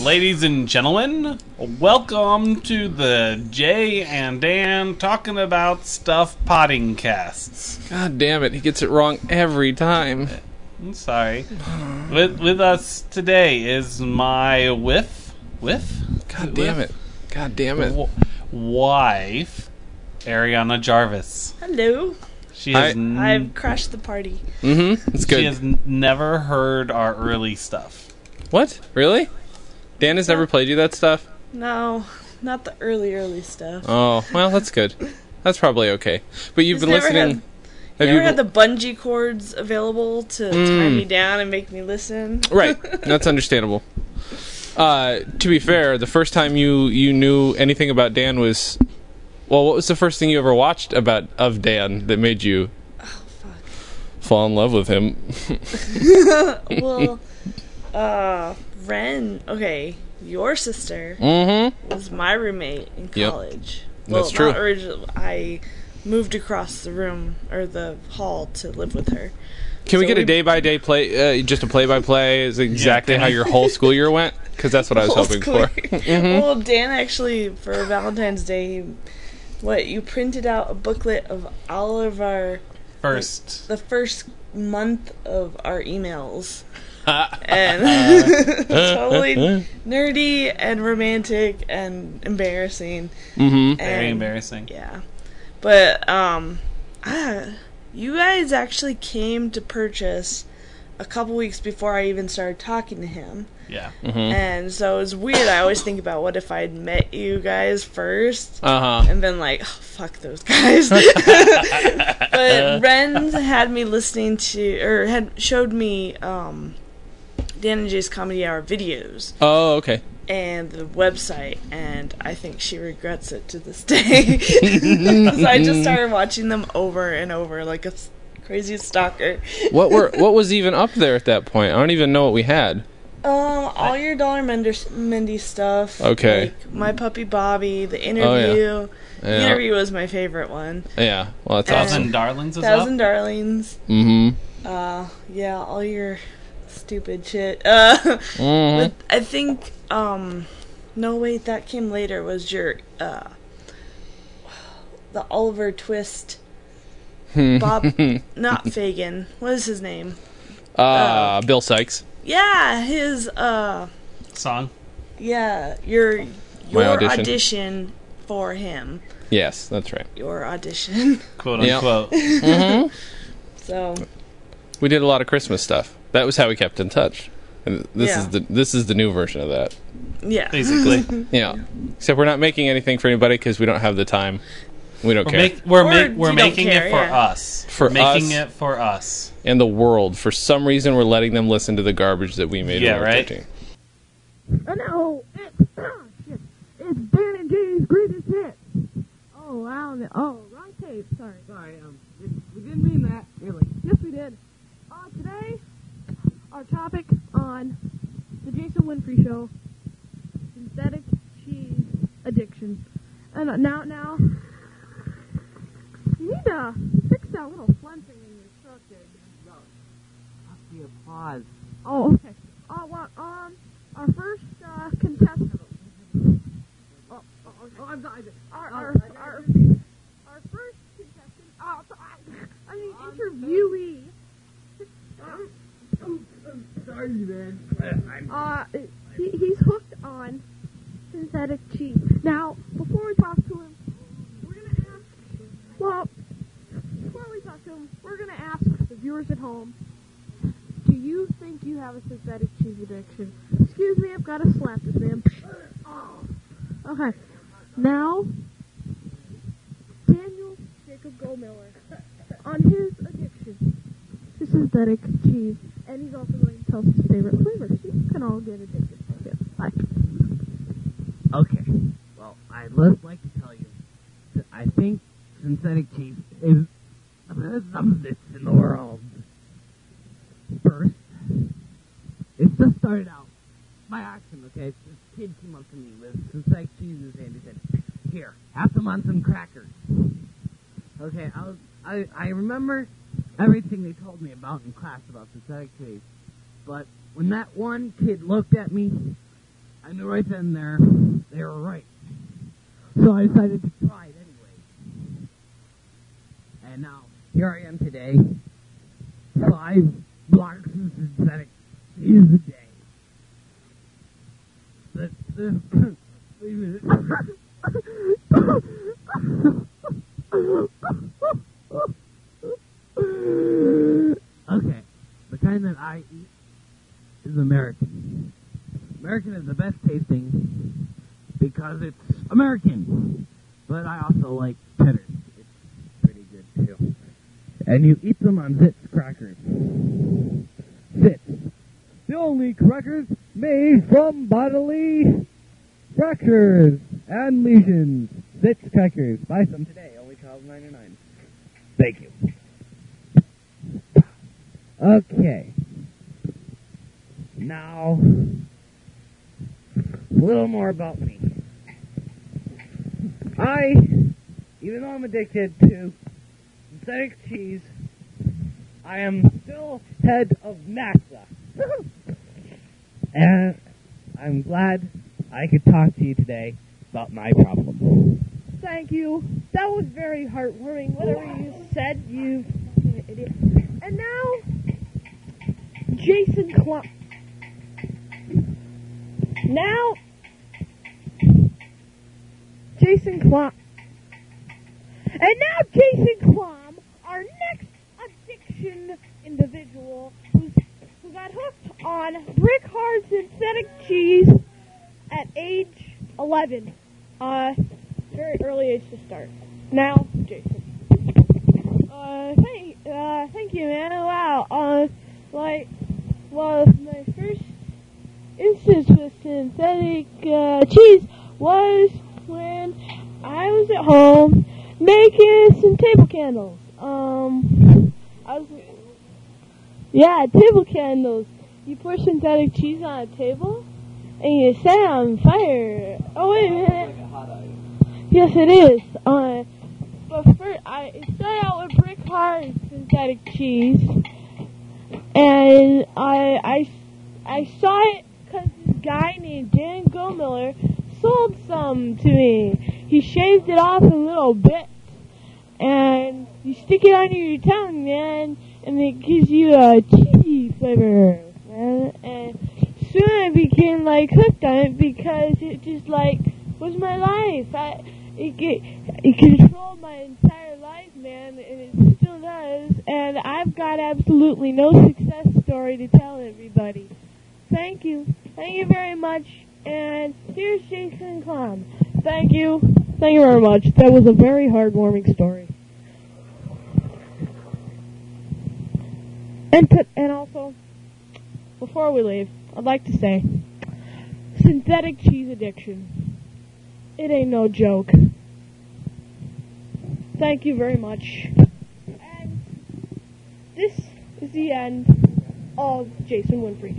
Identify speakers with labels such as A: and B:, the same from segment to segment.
A: Ladies and gentlemen, welcome to the Jay and Dan Talking About Stuff Potting Casts.
B: God damn it, he gets it wrong every time.
A: I'm sorry. With with us today is my whiff whiff?
B: God damn it. God damn it.
A: W- wife, Ariana Jarvis.
C: Hello.
A: She has
B: I-
A: n-
C: I've crashed the party.
B: Mm-hmm. It's
A: she
B: good.
A: has n- never heard our early stuff.
B: what? Really? Dan has never played you that stuff?
C: No, not the early, early stuff.
B: Oh, well, that's good. That's probably okay. But you've
C: He's
B: been
C: never
B: listening.
C: Had,
B: have
C: never had the bungee cords available to tie
B: Mm.
C: me down and make me listen.
B: right. That's understandable. Uh, to be fair, the first time you you knew anything about Dan was well, what was the first thing you ever watched about of Dan that made you
C: Oh,
B: fall in love with him?
C: well, uh, Ren, okay, your sister
B: Mm-hmm.
C: was my roommate in
B: Yep.
C: college. Well,
B: That's
C: not
B: true.
C: originally. I moved across the room or the hall to live with her.
B: Can we
C: So
B: get a
C: we-
B: day by day play, uh, just a play by play? Is exactly how your whole school year went? Because that's what I was
C: Old
B: hoping
C: school.
B: for.
C: Well, Dan actually for Valentine's Day, what you printed out a booklet of all of our
A: First.
C: the first month of our emails, and totally nerdy and romantic and embarrassing.
B: Mm-hmm.
A: Very
C: and-
A: embarrassing.
C: Yeah, but um, ah, you guys actually came to purchase a couple weeks before I even started talking to him.
A: Yeah.
B: Mm-hmm.
C: And so it's weird. I always think about what if I'd met you guys first
B: Uh huh.
C: and been like, oh, fuck those guys. but Ren had me listening to, or had showed me um, Dan and Jay's Comedy Hour videos
B: Oh, okay.
C: and the website, and I think she regrets it to this day. so I just started watching them over and over like a s- crazy stalker.
B: What were what was even up there at that point? I don't even know what we had.
C: Um, all your Dollar Mender- Mendy stuff.
B: Okay.
C: Like My Puppy Bobby, the
B: yeah.
C: interview. The
B: Yeah.
C: interview was my favorite one.
B: Yeah. Well,
C: Uh,
B: that's
A: Thousand
B: awesome.
A: Darlings is
C: Thousand
A: up.
C: Darlings.
B: Mm-hmm.
C: Uh, yeah, all your stupid shit. Uh,
B: Mm-hmm.
C: but I think, um, no, wait, that came later was your, uh, the Oliver Twist.
B: Hmm.
C: Bob, not Fagan. What is his name?
B: Uh, Bill Sykes.
C: Yeah, his, uh,
A: Song.
C: Yeah, your your
B: audition.
C: audition. for him,
B: Yes, that's right.
C: your audition.
A: Quote
B: Yeah.
A: unquote.
C: So
B: We did a lot of Christmas stuff. That was how we kept in touch. And this
C: Yeah.
B: is the this is the new version of that.
C: yeah,
A: Basically.
B: Yeah. Except we're not making anything for anybody because we don't have the time. We don't
A: We're,
B: care.
A: make, we're,
C: Or
A: make, we're
C: you don't
A: making
C: care,
A: it for
C: yeah.
A: us.
B: For
A: making
B: us.
A: it for us.
B: and the world. For some reason, we're letting them listen to the garbage that we made.
A: Yeah,
B: when we were
A: right.
B: 13.
D: Oh no, it's, oh, shit. it's Dan and Jay's greatest hit. Oh wow, no- oh wrong tape. Sorry, sorry. Um, didn't- we didn't mean that. Really? Yes, we did. Uh, today, our topic on the Jason Winfrey Show: synthetic cheese addiction. And uh, now, now, you need to fix that little flensing in your truck there. No,
E: the applause.
D: Oh, okay. Uh, well, um, our first uh, contestant. Oh, oh, oh, I'm sorry. Our, our, our, our first contestant. Oh, so- I, I mean, interviewee.
E: Sorry, man.
D: Uh, he, he's hooked on synthetic cheese. Now, before we talk to him, we're gonna ask. Well, before we talk to him, we're gonna ask the viewers at home. Do you think you have a synthetic cheese addiction? Excuse me, I've got to slap this man. Okay. Now, Daniel Jacob Goldmiller on his addiction to synthetic cheese, and he's also going to tell us his favorite flavors. You can all get addicted to it. Bye.
E: Okay. Well, I'd just like to tell you that I think synthetic cheese is the best substance in the world. First, it just started out by accident, okay? This kid came up to me with synthetic cheese in his hand. He said, Here, have some on some crackers. Okay, I, was, I, I remember everything they told me about in class about synthetic cheese, but when that one kid looked at me, I knew right then and there they were right. So I decided to try it anyway. And now, here I am today, five blocks of synthetic is a day. But, uh, leave it. okay, the kind that I eat is American. American is the best tasting because it's American. But I also like cheddar. It's pretty good too. And you eat them on Zitz crackers. Zitz. The only crackers made from bodily fractures and lesions. Zitz crackers. Buy some today, only twelve ninety nine. Thank you. Okay. Now, a little more about me. I, even though I'm addicted to synthetic cheese, I am still head of NASA. and I'm glad I could talk to you today about my problem.
D: Thank you. That was very heartwarming. Whatever you said, you fucking idiot. And now, Jason Klein. Now, Jason Klum. And now, Jason Klum, our next addiction individual, who's, who got hooked on brick hard synthetic cheese at age 11. Uh, very early age to start. Now, Jason. Uh, thank, uh, thank you, man. Wow. Uh, like, well, my first instance with synthetic uh, cheese was when I was at home making some table candles. Um, I was, yeah, table candles. You pour synthetic cheese on a table, and you set it on fire. Oh wait a minute. Yes, it is. Uh, but first, I it started out with brick hard synthetic cheese, and I I I saw it because this guy named Dan Gomiller sold some to me. He shaved it off in little bits, and you stick it under your tongue, man, and it gives you a cheesy flavor, man. And soon I became like hooked on it because it just like was my life. I, it, it, it controlled my entire life, man, and it still does. And I've got absolutely no success story to tell everybody. Thank you. Thank you very much. And here's Jason Klum. Thank you. Thank you very much. That was a very heartwarming story. And to, and also, before we leave, I'd like to say, synthetic cheese addiction. It ain't no joke. Thank you very much. And this is the end of Jason Winfrey.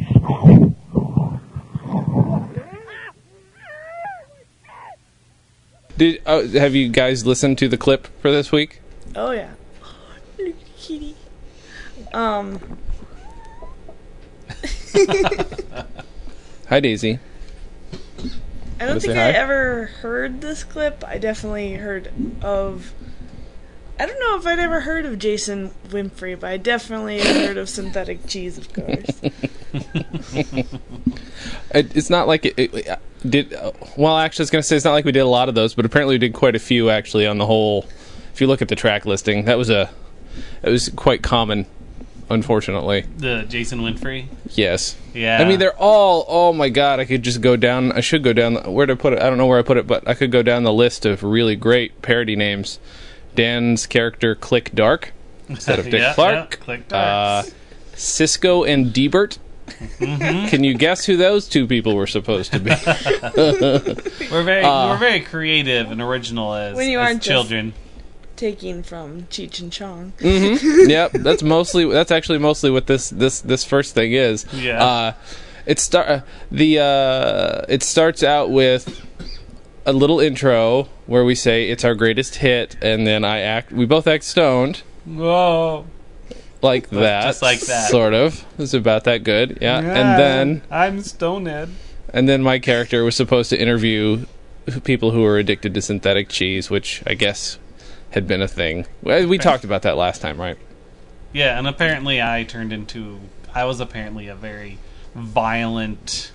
B: Did uh, have you guys listened to the clip for this week?
C: Oh yeah. Little kitty. Um.
B: Hi Daisy.
C: I don't
B: Wanna
C: think
B: say
C: I
B: hi?
C: ever heard this clip. I definitely heard of. I don't know if I'd ever heard of Jason Winfrey, but I definitely heard of synthetic cheese, of course.
B: It, Uh, it's not like it, it uh, did. Uh, well, actually, I was going to say it's not like we did a lot of those, but apparently we did quite a few actually on the whole. If you look at the track listing, that was a that was quite common. Unfortunately,
A: The Jason Winfrey.
B: yes.
A: Yeah.
B: I mean, they're all. Oh my god! I could just go down. I should go down. the- Where would I put it? I don't know where I put it, but I could go down the list of really great parody names. Dan's character Click Dark instead of Dick
A: Yeah,
B: Clark.
A: yeah, Click
B: Uh,
A: Dark.
B: Cisco and Debert.
A: Mm-hmm.
B: Can you guess who those two people were supposed to be?
A: we're very
B: uh,
A: we're very creative and original as,
C: When you
A: as
C: aren't just-
A: children.
C: Taking from Cheech and Chong.
B: yep, that's mostly that's actually mostly what this this this first thing is.
A: Yeah.
B: Uh, it start uh, the uh, it starts out with a little intro where we say it's our greatest hit, and then I act. We both act stoned Uh,
A: Whoa.
B: like that,
A: Just like that.
B: sort of. It's about that good. Yeah, and then
A: I'm Stonehead.
B: And then my character was supposed to interview who- people who were addicted to synthetic cheese, which I guess had been a thing. Well, We talked about that last time, right?
A: Yeah, and apparently I turned into I was apparently a very violent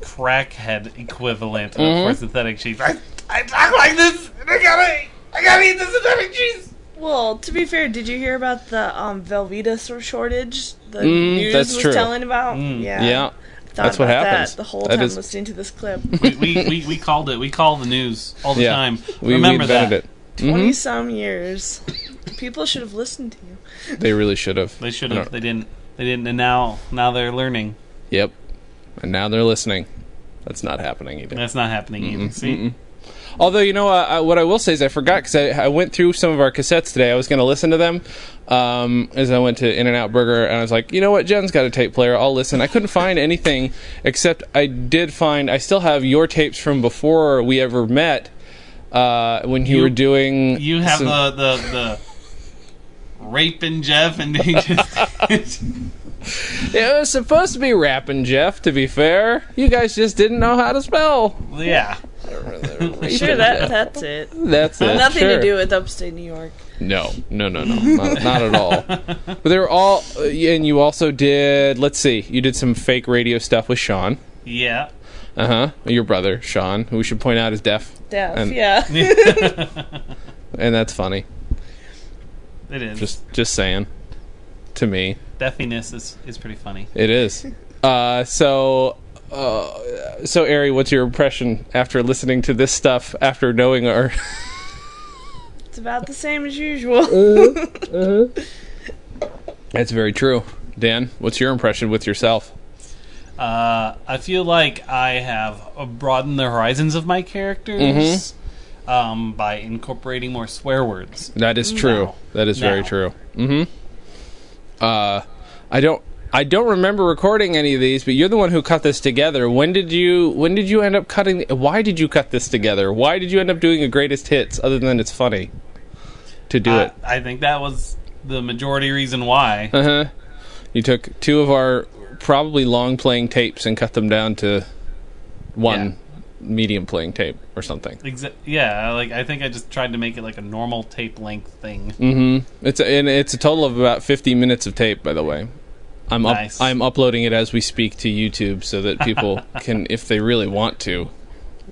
A: crackhead equivalent
B: Mm-hmm.
A: of for synthetic cheese. I, I talk like this and I gotta I gotta eat the synthetic cheese.
C: Well, to be fair, did you hear about the um, Velveeta sor- shortage? The
B: Mm,
C: news
B: that's
C: was
B: true. Mm.
C: telling about. Yeah,
B: Yeah.
C: Thought
B: that's what
C: about
B: happens.
C: That the whole
B: That
C: time
B: is- Mm-hmm.
C: listening to this clip.
A: We, we, we, we called it. We call the news all the
B: yeah.
A: time.
B: We, we
A: Remember
B: invented
A: that.
B: it.
C: 20 some years. People should have listened to you.
B: They really should have.
A: They should
B: I
A: have.
B: don't-
A: They didn't. They didn't. And now now they're learning.
B: Yep. And now they're listening. That's not happening either.
A: That's not happening either. See,
B: Although you know uh, I, what I will say is I forgot because I, I went through some of our cassettes today. I was going to listen to them um, as I went to In and Out Burger, and I was like, you know what, Jen's got a tape player. I'll listen. I couldn't find anything except I did find I still have your tapes from before we ever met uh, when you,
A: You-
B: were doing.
A: you have
B: some-
A: the the the raping Jeff and he just.
B: It was supposed to be rapping, Jeff. To be fair, you guys just didn't know how to spell.
A: yeah.
C: Sure, that that's it.
B: That's it.
C: Nothing
B: sure.
C: to do with upstate New York.
B: No, no, no, no, not, not at all. But they were all, uh, and you also did. Let's see, you did some fake radio stuff with Sean.
A: Yeah.
B: Uh huh. Your brother Sean, who we should point out is deaf,
C: Deaf,
B: And-
C: yeah.
B: and that's funny.
A: It is.
B: Just, just saying. To me,
A: Deafiness is, is pretty funny.
B: it is. Uh, so, uh, so Ari, what's your impression after listening to this stuff? After knowing our,
C: It's about the same as
B: Uh,
C: usual.
B: that's very true. Dan, what's your impression with yourself?
A: Uh, I feel like I have broadened the horizons of my characters
B: Mm-hmm.
A: um, by incorporating more swear words.
B: That is true.
A: No.
B: That is very
A: No.
B: true. Mm-hmm. Uh, I don't. I don't remember recording any of these, but you're the one who cut this together. When did you? When did you end up cutting? Why did you cut this together? Why did you end up doing a greatest hits other than it's funny to do
A: I,
B: it?
A: I think that was the majority reason why.
B: Uh huh. You took two of our probably long playing tapes and cut them down to one medium playing tape or something.
A: Exa- yeah, like I think I just tried to make it like a normal tape length thing.
B: It's a, and it's a total of about 50 minutes of tape, by the way. I'm up,
A: Nice.
B: I'm uploading it as we speak to YouTube so that people can, if they really want to,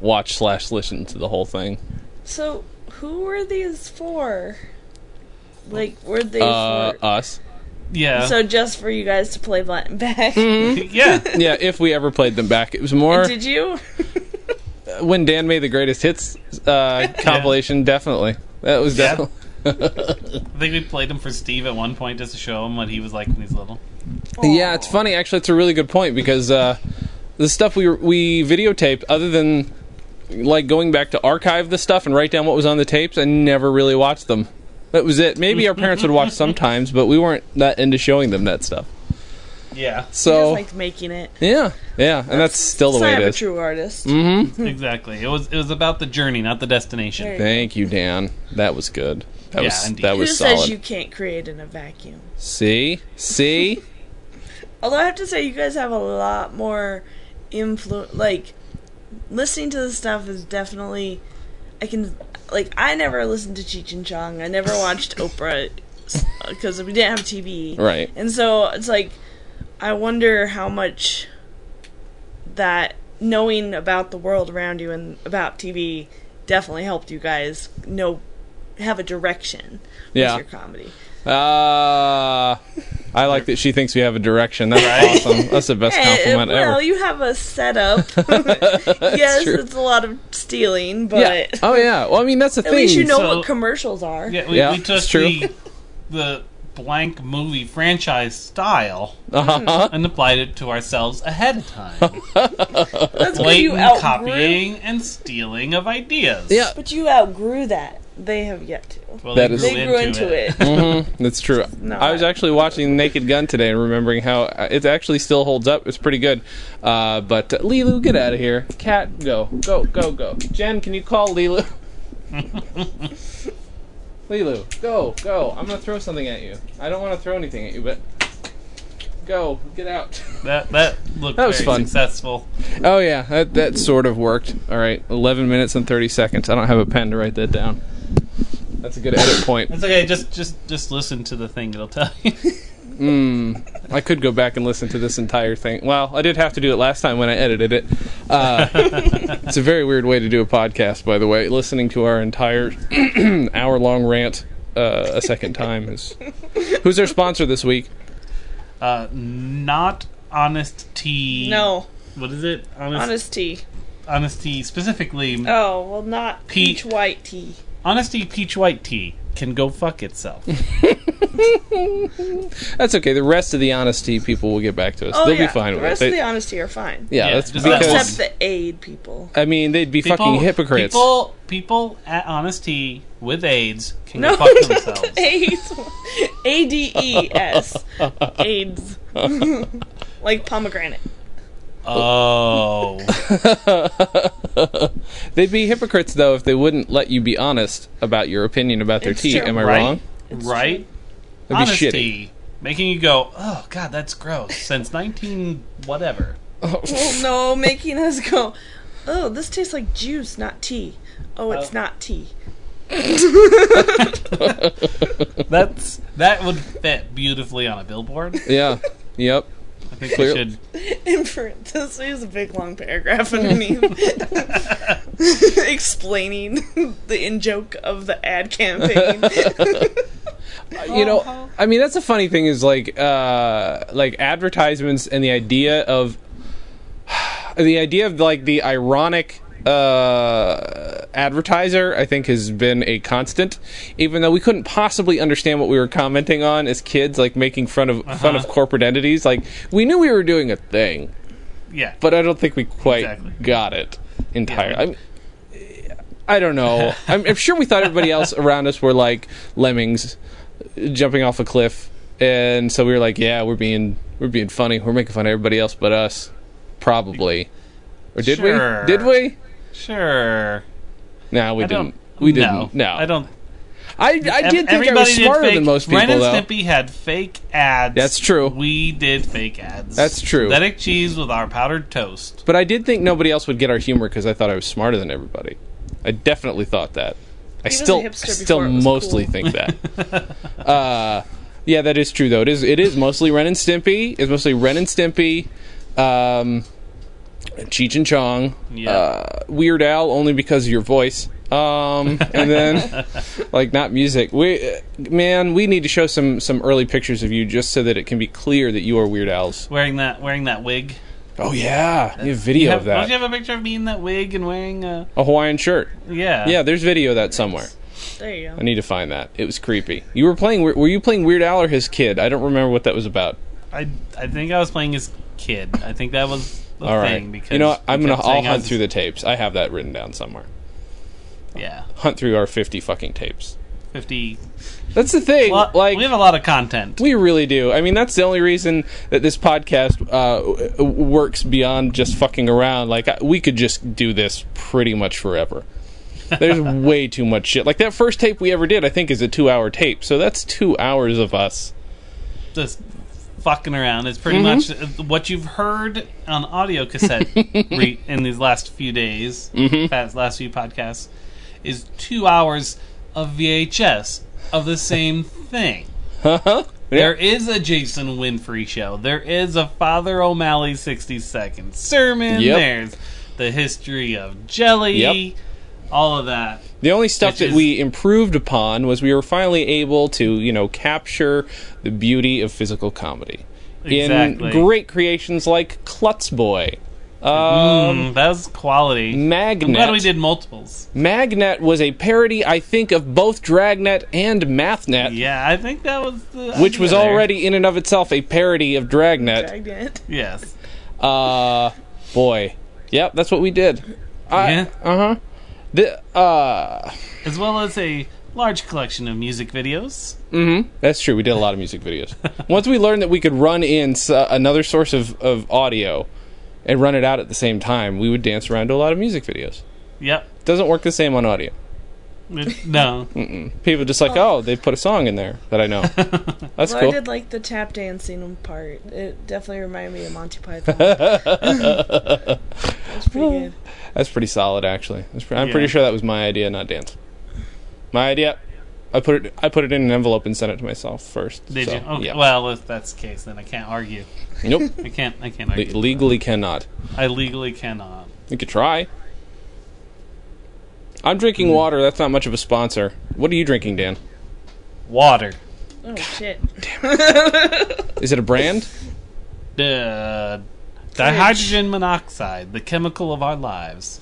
B: watch slash listen to the whole thing.
C: so, who were these for? Like, were they
B: Uh,
C: for.
B: us,
A: Yeah,
C: So, just for you guys to play blunt and back?
B: Hmm.
A: yeah,
B: yeah. If we ever played them back, it was more
C: Did you?
B: when Dan made the greatest hits uh, compilation. Definitely, that was
A: Yeah.
B: definitely.
A: I think we played them for Steve at one point just to show him what he was like when he's little.
B: Yeah, it's funny. Actually, it's a really good point because uh, the stuff we we videotaped, other than like going back to archive the stuff and write down what was on the tapes, I never really watched them. That was it. Maybe our parents would watch sometimes, but we weren't that into showing them that stuff.
A: Yeah,
B: So
C: Just like making it.
B: yeah, yeah, and that's still the way it
C: Sign of a
B: is.
C: true artist.
B: Hmm.
C: Hmm.
A: exactly. It was it was about the journey, not the destination.
C: There you
B: Thank you, Dan. That was good. That
A: Yeah,
B: was
A: indeed.
B: that
C: Who
B: was
C: says
B: solid.
C: you can't create in a vacuum?
B: See, see,
C: Although I have to say, you guys have a lot more influence. Like, listening to this stuff is definitely. I can. Like, I never listened to Cheech and Chong. I never watched Oprah because we didn't have TV.
B: right?
C: And so it's like, I wonder how much that knowing about the world around you and about TV definitely helped you guys know have a direction with
B: Yeah.
C: your comedy.
B: Uh, I like that she thinks we have a direction. That's awesome. That's the best
C: Eh,
B: compliment ever.
C: well, you have a setup. yes,
B: true.
C: it's a lot of stealing, but
B: Yeah. Oh yeah. Well, I mean that's the
C: at
B: thing.
C: least you know
A: So-
C: what commercials are.
A: Yeah, we,
B: Yeah,
A: we took
B: it's true.
A: the the blank movie franchise style
B: Uh-huh.
A: and applied it to ourselves ahead of time.
C: That's 'cause you
A: Blatant
C: outgrew.
A: copying and stealing of ideas.
B: Yeah.
C: But you outgrew that. They have yet to.
A: Well,
B: That
A: they
B: is-
C: They grew into, it.
B: That's true.
C: No,
B: I was
C: I-
B: actually watching Naked Gun today and remembering how uh, it actually still holds up. It's pretty good. Uh, but uh, Lilu, get out of here. Cat, go, go, go, go. Jen, can you call Lilu? Lilu, go, go. I'm gonna throw something at you. I don't want to throw anything at you, but Go. Get out.
A: That that looked
B: That was
A: very
B: fun.
A: successful.
B: Oh yeah, that that sort of worked. All right, eleven minutes and thirty seconds. I don't have a pen to write that down. That's a good edit point.
A: It's okay. Just just just listen to the thing. It'll tell you.
B: I could go back and listen to this entire thing. Well, I did have to do it last time when I edited it. Uh, it's a very weird way to do a podcast, by the way. Listening to our entire hour-long rant uh, a second time is. Who's our sponsor this week?
A: Uh, not honest tea.
C: No,
A: What is it? Honest,
C: honesty.
A: honesty specifically.
C: Oh well, not
A: Pete.
C: peach white tea.
A: honesty peach white tea can go fuck itself.
B: That's okay. The rest of the honesty people will get back to us.
C: Oh
B: They'll
C: yeah,
B: be fine
C: the
B: with it.
C: rest
B: They-
C: of the honesty are fine.
B: yeah,
A: Yeah,
B: that's
A: just that
B: because
C: Except the aid people.
B: I mean they'd be fucking hypocrites.
A: People people at honesty with AIDS can go
C: No,
A: fuck
C: not
A: themselves.
C: the AIDS. A D E S. AIDS. like pomegranate.
A: Oh,
B: They'd be hypocrites though if they wouldn't let you be honest about your opinion about their
C: It's
B: tea.
C: true.
B: Am I
A: right,
B: wrong?
A: right.
B: That'd be shitty.
A: honesty making you go, oh god, that's gross. Since nineteen whatever.
C: Well, Oh, no, making us go, oh, this tastes like juice, not tea. Oh, it's not tea.
A: That's that would fit beautifully on a billboard.
B: Yeah. Yep.
A: I think we
B: Clear-
A: should.
C: Inference. This is a big long paragraph underneath explaining the in joke of the ad campaign.
B: you know i mean that's a funny thing is like uh like advertisements and the idea of the idea of like the ironic uh advertiser i think has been a constant even though we couldn't possibly understand what we were commenting on as kids like making fun of fun of corporate entities like we knew we were doing a thing
A: Yeah,
B: but i don't think we quite
A: Exactly.
B: got it entirely I'm- I don't know. I'm, I'm sure we thought everybody else around us were like lemmings jumping off a cliff, and so we were like, "Yeah, we're being we're being funny. We're making fun of everybody else but us, probably." Or did
A: Sure.
B: we? Did we?
A: sure.
B: No, we
A: I
B: didn't.
A: don't.
B: We didn't. No,
A: I don't.
B: I, I did think I was
A: did
B: smarter
A: fake-
B: than most people,
A: Ren and
B: though.
A: Snippy had fake ads.
B: That's true.
A: We did fake ads.
B: That's true.
A: Synthetic cheese with our powdered toast.
B: But I did think nobody else would get our humor because I thought I was smarter than everybody. I definitely thought that. I
C: was a
B: still, I
C: hipster
B: still
C: before it was
B: mostly
C: cool.
B: think that. uh, yeah, that is true though. It is, it is mostly Ren and Stimpy. It's mostly Ren and Stimpy, um, Cheech and Chong,
A: Yeah.
B: uh, Weird Al, only because of your voice. Um, and then, like, not music. We, uh, man, we need to show some some early pictures of you just so that it can be clear that you are Weird Al's.
A: Wearing that, wearing that wig.
B: Oh yeah, we have video
A: You have-
B: of that.
A: Don't you have a picture of me in that wig and wearing a?
B: a Hawaiian shirt.
A: Yeah.
B: Yeah, there's video of that somewhere.
C: there you
B: I
C: go.
B: need to find that. It was creepy. You were playing. Were you playing Weird Al or his kid? I don't remember what that was about.
A: I, I think I was playing as kid. I think that was the
B: All right.
A: thing because
B: You know, what? I'm
A: you
B: gonna.
A: kept
B: I'll
A: saying I
B: hunt
A: was-
B: through the tapes. I have that written down somewhere.
A: yeah
B: Hunt through our 50 fucking tapes.
A: fifty.
B: That's the thing.
A: Well,
B: like
A: we have a lot of content.
B: We really do. I mean, that's the only reason that this podcast uh, w- w- works beyond just fucking around. Like, I, we could just do this pretty much forever. There's way too much shit. Like, that first tape we ever did, I think, is a two hour tape. So that's two hours of us.
A: just fucking around. It's pretty
B: Mm-hmm.
A: much uh, what you've heard on audio cassette re- in these last few days,
B: Mm-hmm.
A: past last few podcasts, is two hours of VHS of the same thing.
B: Uh-huh.
A: There is a Jason Winfrey show. There is a Father O'Malley 60 second sermon.
B: Yep.
A: There's the history of jelly.
B: Yep.
A: All of that.
B: The only stuff
A: Which
B: that
A: is-
B: we improved upon was we were finally able to, you know, capture the beauty of physical comedy
A: Exactly.
B: in great creations like Klutz Boy, Um,
A: Mm, that was quality.
B: Magnet.
A: I'm glad we did multiples.
B: Magnet was a parody, I think, of both Dragnet and MathNet,
A: Yeah, I think that was the
B: which was
A: idea there.
B: already in and of itself a parody of Dragnet.
C: Dragged it.
A: Yes.
B: Uh, boy, yep, that's what we did.
A: yeah.
B: Uh huh. The uh,
A: As well as a large collection of music videos.
B: that's true. We did a lot of music videos. Once we learned that we could run in s- uh, another source of of audio and run it out at the same time, we would dance around to a lot of music videos.
A: Yep.
B: Doesn't work the same on audio.
A: It- no.
B: Mm, People just like, oh, they put a song in there that I know. That's
C: Well, I
B: cool.
C: did like the tap dancing part. It definitely reminded me of Monty Python. That was pretty good.
B: That's pretty solid, actually. That's pre- I'm
A: Yeah.
B: pretty sure that was my idea, not Dan's. My idea. I put it. I put it in an envelope and sent it to myself first.
A: Did
B: so,
A: you? Okay.
B: yeah.
A: Well, if that's the case, then I can't argue.
B: nope.
A: I can't. I can't
B: Le-
A: argue.
B: legally cannot.
A: I legally cannot.
B: You could try. I'm drinking water. That's not much of a sponsor. What are you drinking, Dan?
A: Water.
C: Oh shit!
B: Is it a brand?
A: Uh, dihydrogen monoxide, the chemical of our lives.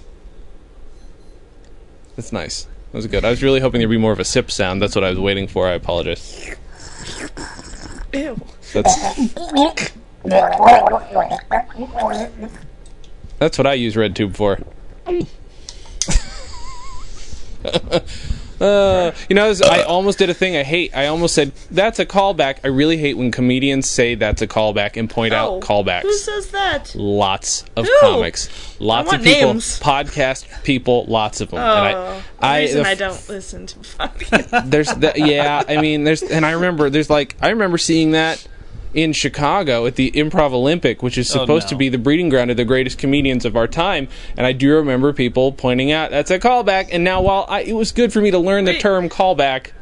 B: That's nice. That was good. I was really hoping there'd be more of a sip sound. That's what I was waiting for. I apologize.
C: Ew.
B: That's That's what I use RedTube for. Uh, you know, I, was, I almost did a thing I hate. I almost said that's a callback. I really hate when comedians say that's a callback and point
C: Oh,
B: out callbacks.
C: Who says that?
B: lots of
C: Who?
B: comics, lots
C: want
B: of people,
C: names.
B: podcast people, lots of them.
C: Oh,
B: and I, I,
C: the reason
B: the
C: I
B: f-
C: don't listen to podcasts.
B: there's that. Yeah, I mean, there's, and I remember there's like I remember seeing that in Chicago at the Improv Olympic, which is
A: Oh,
B: supposed to
A: no.
B: be the breeding ground of the greatest comedians of our time. And I do remember people pointing out that's a callback. And now, while I, it was good for me to learn the
C: Wait.
B: term callback,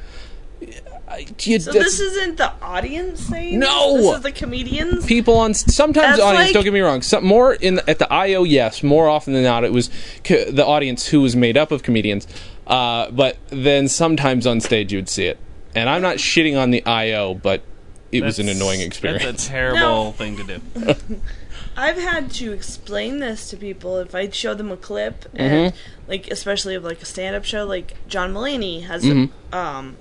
B: I, you,
C: so
B: that's-
C: this isn't the audience saying.
B: No!
C: this is the comedians.
B: people on sometimes
C: That's
B: audience.
C: like-
B: don't get me wrong. Some more in at the IO, yes, more often than not, it was co- the audience who was made up of comedians. Uh, but then sometimes on stage you would see it, and I'm not shitting on the IO, but it was an
A: That's-
B: annoying experience.
A: That's a terrible
C: No.
A: thing to do.
C: I've had to explain this to people if I show them a clip, and
B: Mm-hmm.
C: like especially of like a stand-up show, like John Mulaney has
B: Mm-hmm.
C: a, um,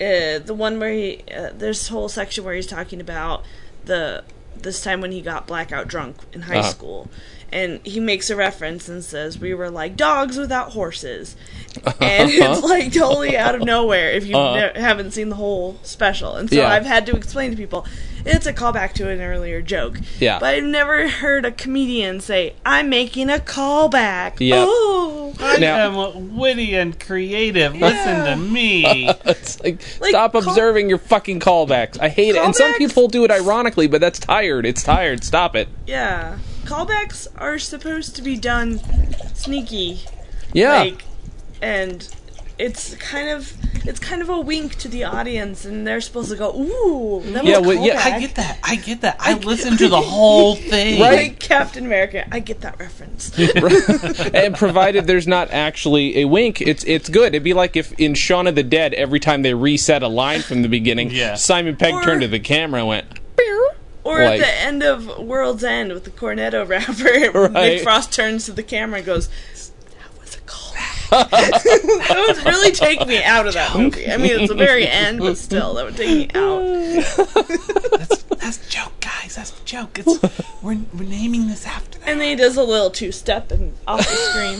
C: uh, the one where he uh, there's a whole section where he's talking about the this time when he got blackout drunk in high
B: Uh-huh.
C: school, and he makes a reference and says we were like dogs without horses, and it's like totally out of nowhere if you ne- haven't seen the whole special. And so
B: Uh-huh. Yeah.
C: I've had to explain to people it's a callback to an earlier joke.
B: Yeah.
C: But I've never heard a comedian say, I'm making a callback.
B: Yep.
C: Oh.
A: I
B: Now-
A: am witty and creative. Listen to me.
B: It's like,
C: Like,
B: stop
C: call-
B: observing your fucking callbacks. I hate it. And some
C: Callbacks?
B: people do it ironically, but that's tired. It's tired. Stop it.
C: Yeah. Callbacks are supposed to be done sneaky.
B: Yeah.
C: Like and it's kind of it's kind of a wink to the audience and they're supposed to go, ooh, that was
B: Yeah,
C: a
B: well, yeah,
A: I
C: callback."
A: get that. I get that. I listened to the whole thing.
B: Right?
C: like Captain America, I get that reference.
B: and provided there's not actually a wink, it's it's good. It'd be like if in Shaun of the Dead, every time they reset a line from the beginning,
A: Yeah.
B: Simon Pegg
C: Or-
B: turned to the camera and went,
C: Or
B: Like-
C: at the end of World's End with the Cornetto rapper,
B: Right.
C: Nick Frost turns to the camera and goes, "That was a callback." that would really take me out of that movie. I mean, it's the very end, but still, that would take me out.
A: That's, that's a joke, guys. That's a joke. It's, we're, we're naming this after that.
C: And then he does a little two-step and off the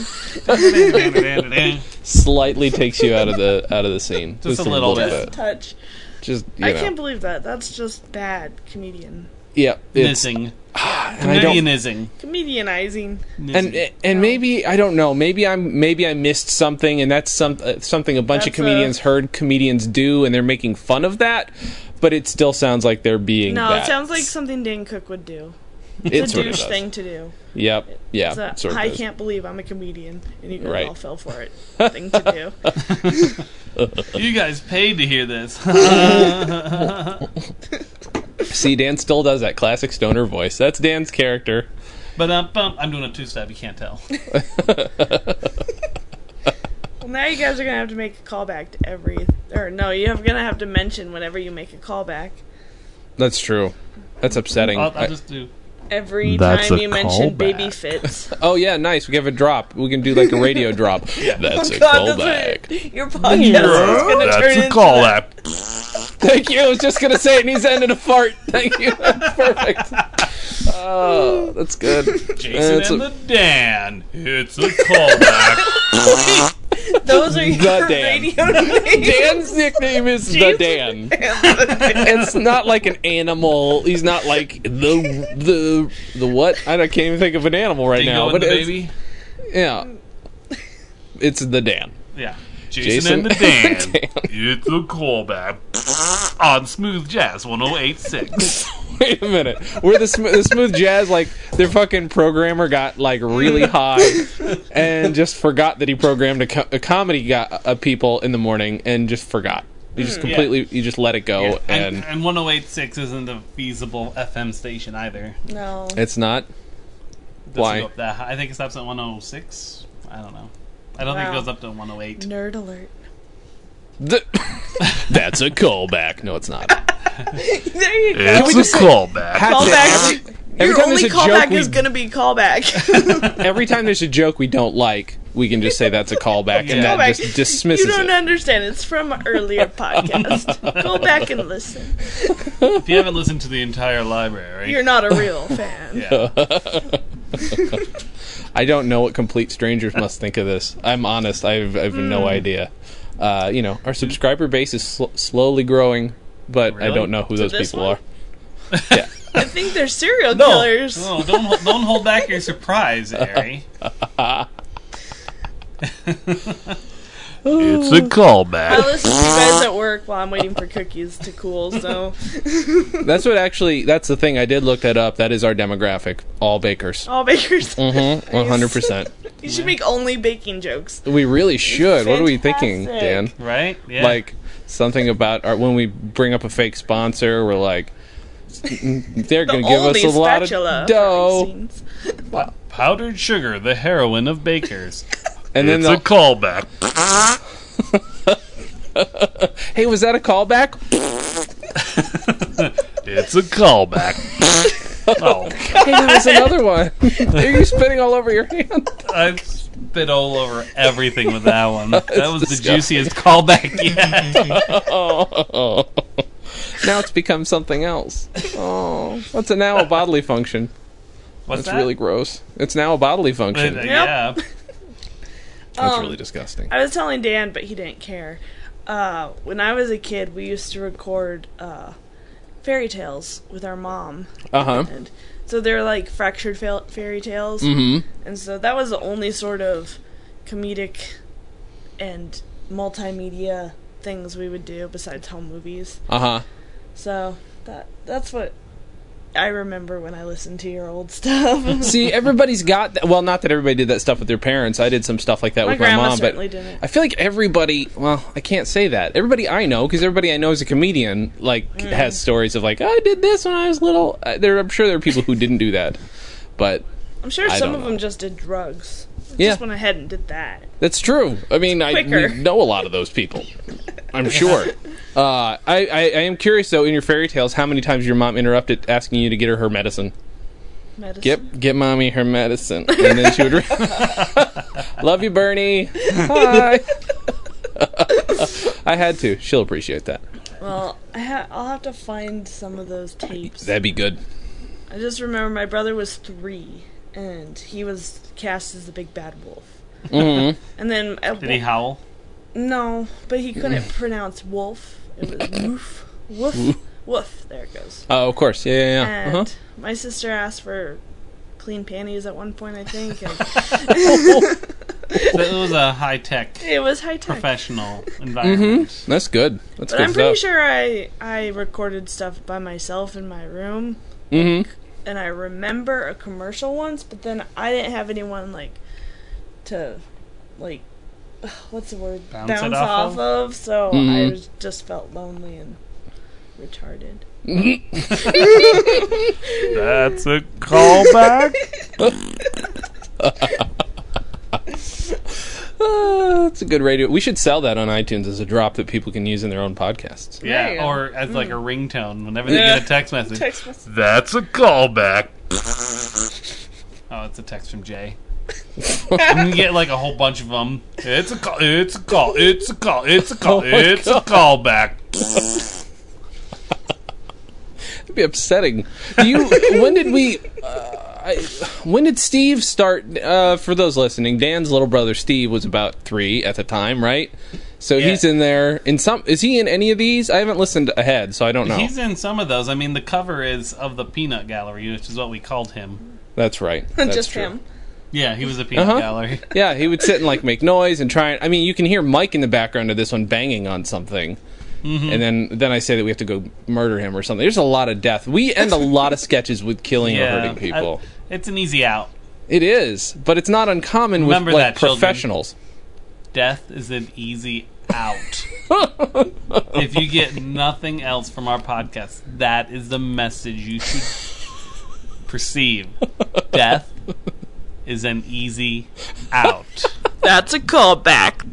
C: screen.
A: Just
B: slightly takes you out of the out of the scene.
A: Just a little bit.
C: Touch.
B: Just you
C: I
B: know,
C: can't believe that. That's just bad comedian
B: yeah, it's,
A: Nissing.
B: and I don't-
A: Comedianizing.
C: comedianizing.
B: and
A: Nissing.
B: and maybe I don't know. Maybe I'm maybe I missed something, and that's some uh, something a bunch of
C: That's a-
B: comedians heard comedians do, and they're making fun of that. But it still sounds like they're being.
C: No,
B: that.
C: it sounds like something Dan Cook would do.
B: It
C: It's a
B: sort of
C: douche
B: does.
C: thing to do.
B: Yep. Yeah.
C: It's a,
B: sort of
C: I
B: does.
C: can't believe I'm a comedian, and you guys
B: Right.
C: all fell for it. Thing to do.
A: You guys paid to hear this.
B: See, Dan still does that classic stoner voice. That's Dan's character.
A: but um, bum, I'm doing a two step. You can't tell.
C: Well, now you guys are gonna have to make a callback to every, or no, you're gonna have to mention whenever you make a callback.
B: That's true. That's upsetting.
A: I'll, I'll just do.
C: Every
F: That's
C: time
F: a
C: you mention
F: callback.
C: baby fits.
B: oh yeah, nice. We have a drop. We can do like a radio drop. Oh, That's a
C: that's
B: callback.
C: what, your podcast is gonna turn into that.
B: Thank you. I was just gonna say, it, and he's ended a fart. Thank you. That's perfect. Oh, that's good.
A: Jason
B: That's
A: and
B: a-
A: the Dan. It's a callback.
C: Those are your
B: Dan.
C: radio names.
B: Dan's nickname is the Dan. it's not like an animal. He's not like the the the what? I don't- can't even think of an animal right
A: Dingo
B: now.
A: and the
B: it's-
A: baby.
B: Yeah. It's the Dan.
A: Yeah. Jason, and the Dan. It's a callback on Smooth Jazz 1086.
B: Wait a minute. We're the, sm- the smooth jazz. Like their fucking programmer got like really high and just forgot that he programmed a, co- a comedy got uh, people in the morning and just forgot. He just completely. He just let it go Oh, and,
A: and, oh and 1086 isn't a feasible FM station either.
C: No.
B: it's not.
A: It doesn't
B: Why?
A: go up that high. I think it stops at 106. I don't know. I don't think it
C: Wow.
A: goes up to 108.
C: Nerd alert.
B: The- That's a callback. No, it's not.
C: There you go.
B: we just say-
A: callback.
B: That's it.
C: Callback.
B: Every
C: Your
B: time
C: only
B: there's a joke,
C: callback
B: we
C: is going to be callback.
B: every time there's a joke we don't like, we can just say that's a callback,
A: Yeah.
B: and that
C: Callback.
B: just
C: you
B: dismisses
C: don't
B: it.
C: understand. It's from an earlier podcast. Go back and listen.
A: If you haven't listened to the entire library,
C: You're not a real fan.
A: yeah.
B: I don't know what complete strangers must think of this. I'm honest; I've I've
C: Hmm.
B: no idea. Uh, you know, our subscriber base is sl- slowly growing, but I
A: Really?
B: don't know who those
C: this
B: people
C: one?
B: are. yeah,
C: I think they're serial
A: no,
C: killers.
A: no, don't hol- don't hold back your surprise, Harry.
B: it's a
C: I
B: callback.
C: listen to you guys at work while I'm waiting for cookies to cool, so.
B: That's what actually. That's the thing. I did look that up. That is our demographic: all bakers.
C: All bakers.
B: Mm-hmm. One hundred percent.
C: You should make only baking jokes.
B: We really should. What are we thinking,
C: Fantastic.
B: Dan?
A: Right? Yeah.
B: like something about our, when we bring up a fake sponsor, we're like, they're
C: The
B: going to give us
C: only
B: a lot
C: spatula
B: of dough,
C: magazines.
A: powdered sugar, the heroin of bakers.
B: and then they'll,
A: callback.
B: hey, was that a callback?
A: It's a callback. oh,
B: Hey, there was another one. are you spitting all over your hand?
A: I spit all over everything with that one. That was the
B: disgusting.
A: juiciest callback yet.
B: Oh, now it's become something else. Oh, what's a now a bodily function?
A: What's
B: That's
A: that?
B: really gross. It's now a bodily
A: But,
B: function.
A: uh,
B: That's
A: Yeah.
B: really disgusting.
C: I was telling Dan, but he didn't care. Uh, when I was a kid, we used to record uh, fairy tales with our mom.
B: Uh huh.
C: And so they're like fractured fa- fairy tales.
B: Mm-hmm.
C: And so that was the only sort of comedic and multimedia things we would do besides home movies.
B: Uh huh.
C: So that that's what I remember when I listened to your old stuff.
B: See, everybody's got that. Well, not that everybody did that stuff with their parents. I did some stuff like that
C: My
B: with my
C: grandma
B: mom, but
C: certainly didn't.
B: I feel like everybody. Well, I can't say that. Everybody I know, because everybody I know is a comedian, like has stories of like I did this when I was little. Uh, there, I'm sure there are people who didn't do that, but
C: I'm sure
B: I
C: some
B: don't
C: of them
B: know.
C: just did drugs.
B: yeah,
C: Just went ahead and did that.
B: that's true. I mean, I
C: Quicker.
B: we know a lot of those people. I'm sure. Uh, I, I, I am curious though. In your fairy tales, how many times your mom interrupted asking you to get her her medicine?
C: Medicine.
B: Yep, get mommy her medicine, and then she would. Love you, Bernie. Hi. I had to. She'll appreciate that.
C: Well, I ha- I'll have to find some of those tapes.
B: That'd be good.
C: I just remember my brother was three, and he was cast as the big bad wolf. And then at
A: Did he
C: one-
A: howl?
C: No, but he couldn't pronounce wolf. It was woof. Woof. Woof. There it goes.
B: Oh, of course. Yeah, yeah, yeah.
C: And
B: Uh-huh.
C: my sister asked for clean panties at one point, I think. And
A: So it was a high tech,
C: it was high tech.
A: professional
C: Mm-hmm.
A: environment.
B: That's good. That's
C: But
B: good
C: I'm pretty
B: stuff.
C: sure I, I recorded stuff by myself in my room.
B: Mm-hmm.
C: And I remember a commercial once, but then I didn't have anyone, like, to, like, what's the word?
A: Bounce it off
C: off
A: of?
C: of, so I
B: Mhm.
C: was, just felt lonely and retarded.
A: That's a callback.
B: Uh, That's a good radio. We should sell that on iTunes as a drop that people can use in their own podcasts.
C: There you
A: yeah,
C: go.
A: or as like a
B: Hmm.
A: ringtone whenever they
C: Yeah.
A: get a text message.
C: Text message.
A: That's a callback. oh, it's a text from Jay. I'm gonna get like a whole bunch of them. It's a call. It's a call. It's a call. It's a call.
B: Oh my
A: it's
B: God.
A: a callback.
B: That'd be upsetting. Do you? when did we? Uh, I, when did Steve start? Uh, for those listening, Dan's little brother Steve was about three at the time, right? So
A: Yeah.
B: he's in there. In some, is he in any of these? I haven't listened ahead, so I don't know.
A: He's in some of those. I mean, the cover is of the Peanut Gallery, which is what we called him.
B: That's right. That's
C: just
B: true.
C: him.
A: Yeah, he was a peanut
B: Uh-huh.
A: gallery.
B: Yeah, he would sit and like make noise and try. And, I mean, you can hear Mike in the background of this one banging on something,
A: Mm-hmm.
B: and then then I say that we have to go murder him or something. There's a lot of death. We end a lot of sketches with killing
A: Yeah,
B: or hurting people.
A: I- it's an easy out.
B: it is, but it's not uncommon with
A: Remember
B: like
A: that, children.
B: professionals.
A: Death is an easy out. if you get nothing else from our podcast, that is the message you should perceive. Death is an easy out.
C: That's a callback.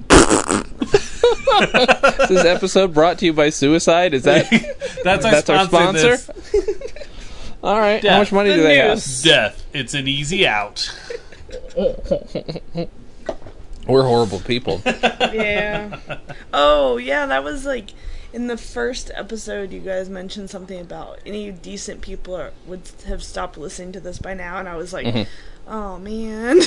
B: Is this episode brought to you by Suicide. Is that
A: That's our
B: that's our
A: sponsor.
B: sponsor?
A: this.
B: all right?
A: Death.
B: How much money
C: The
B: do they
C: news.
A: Death, it's an easy out.
B: have? We're horrible people.
C: Yeah. oh, yeah, that was like in the first episode you guys mentioned something about any decent people are, would have stopped listening to this by now and I was like, "Oh man."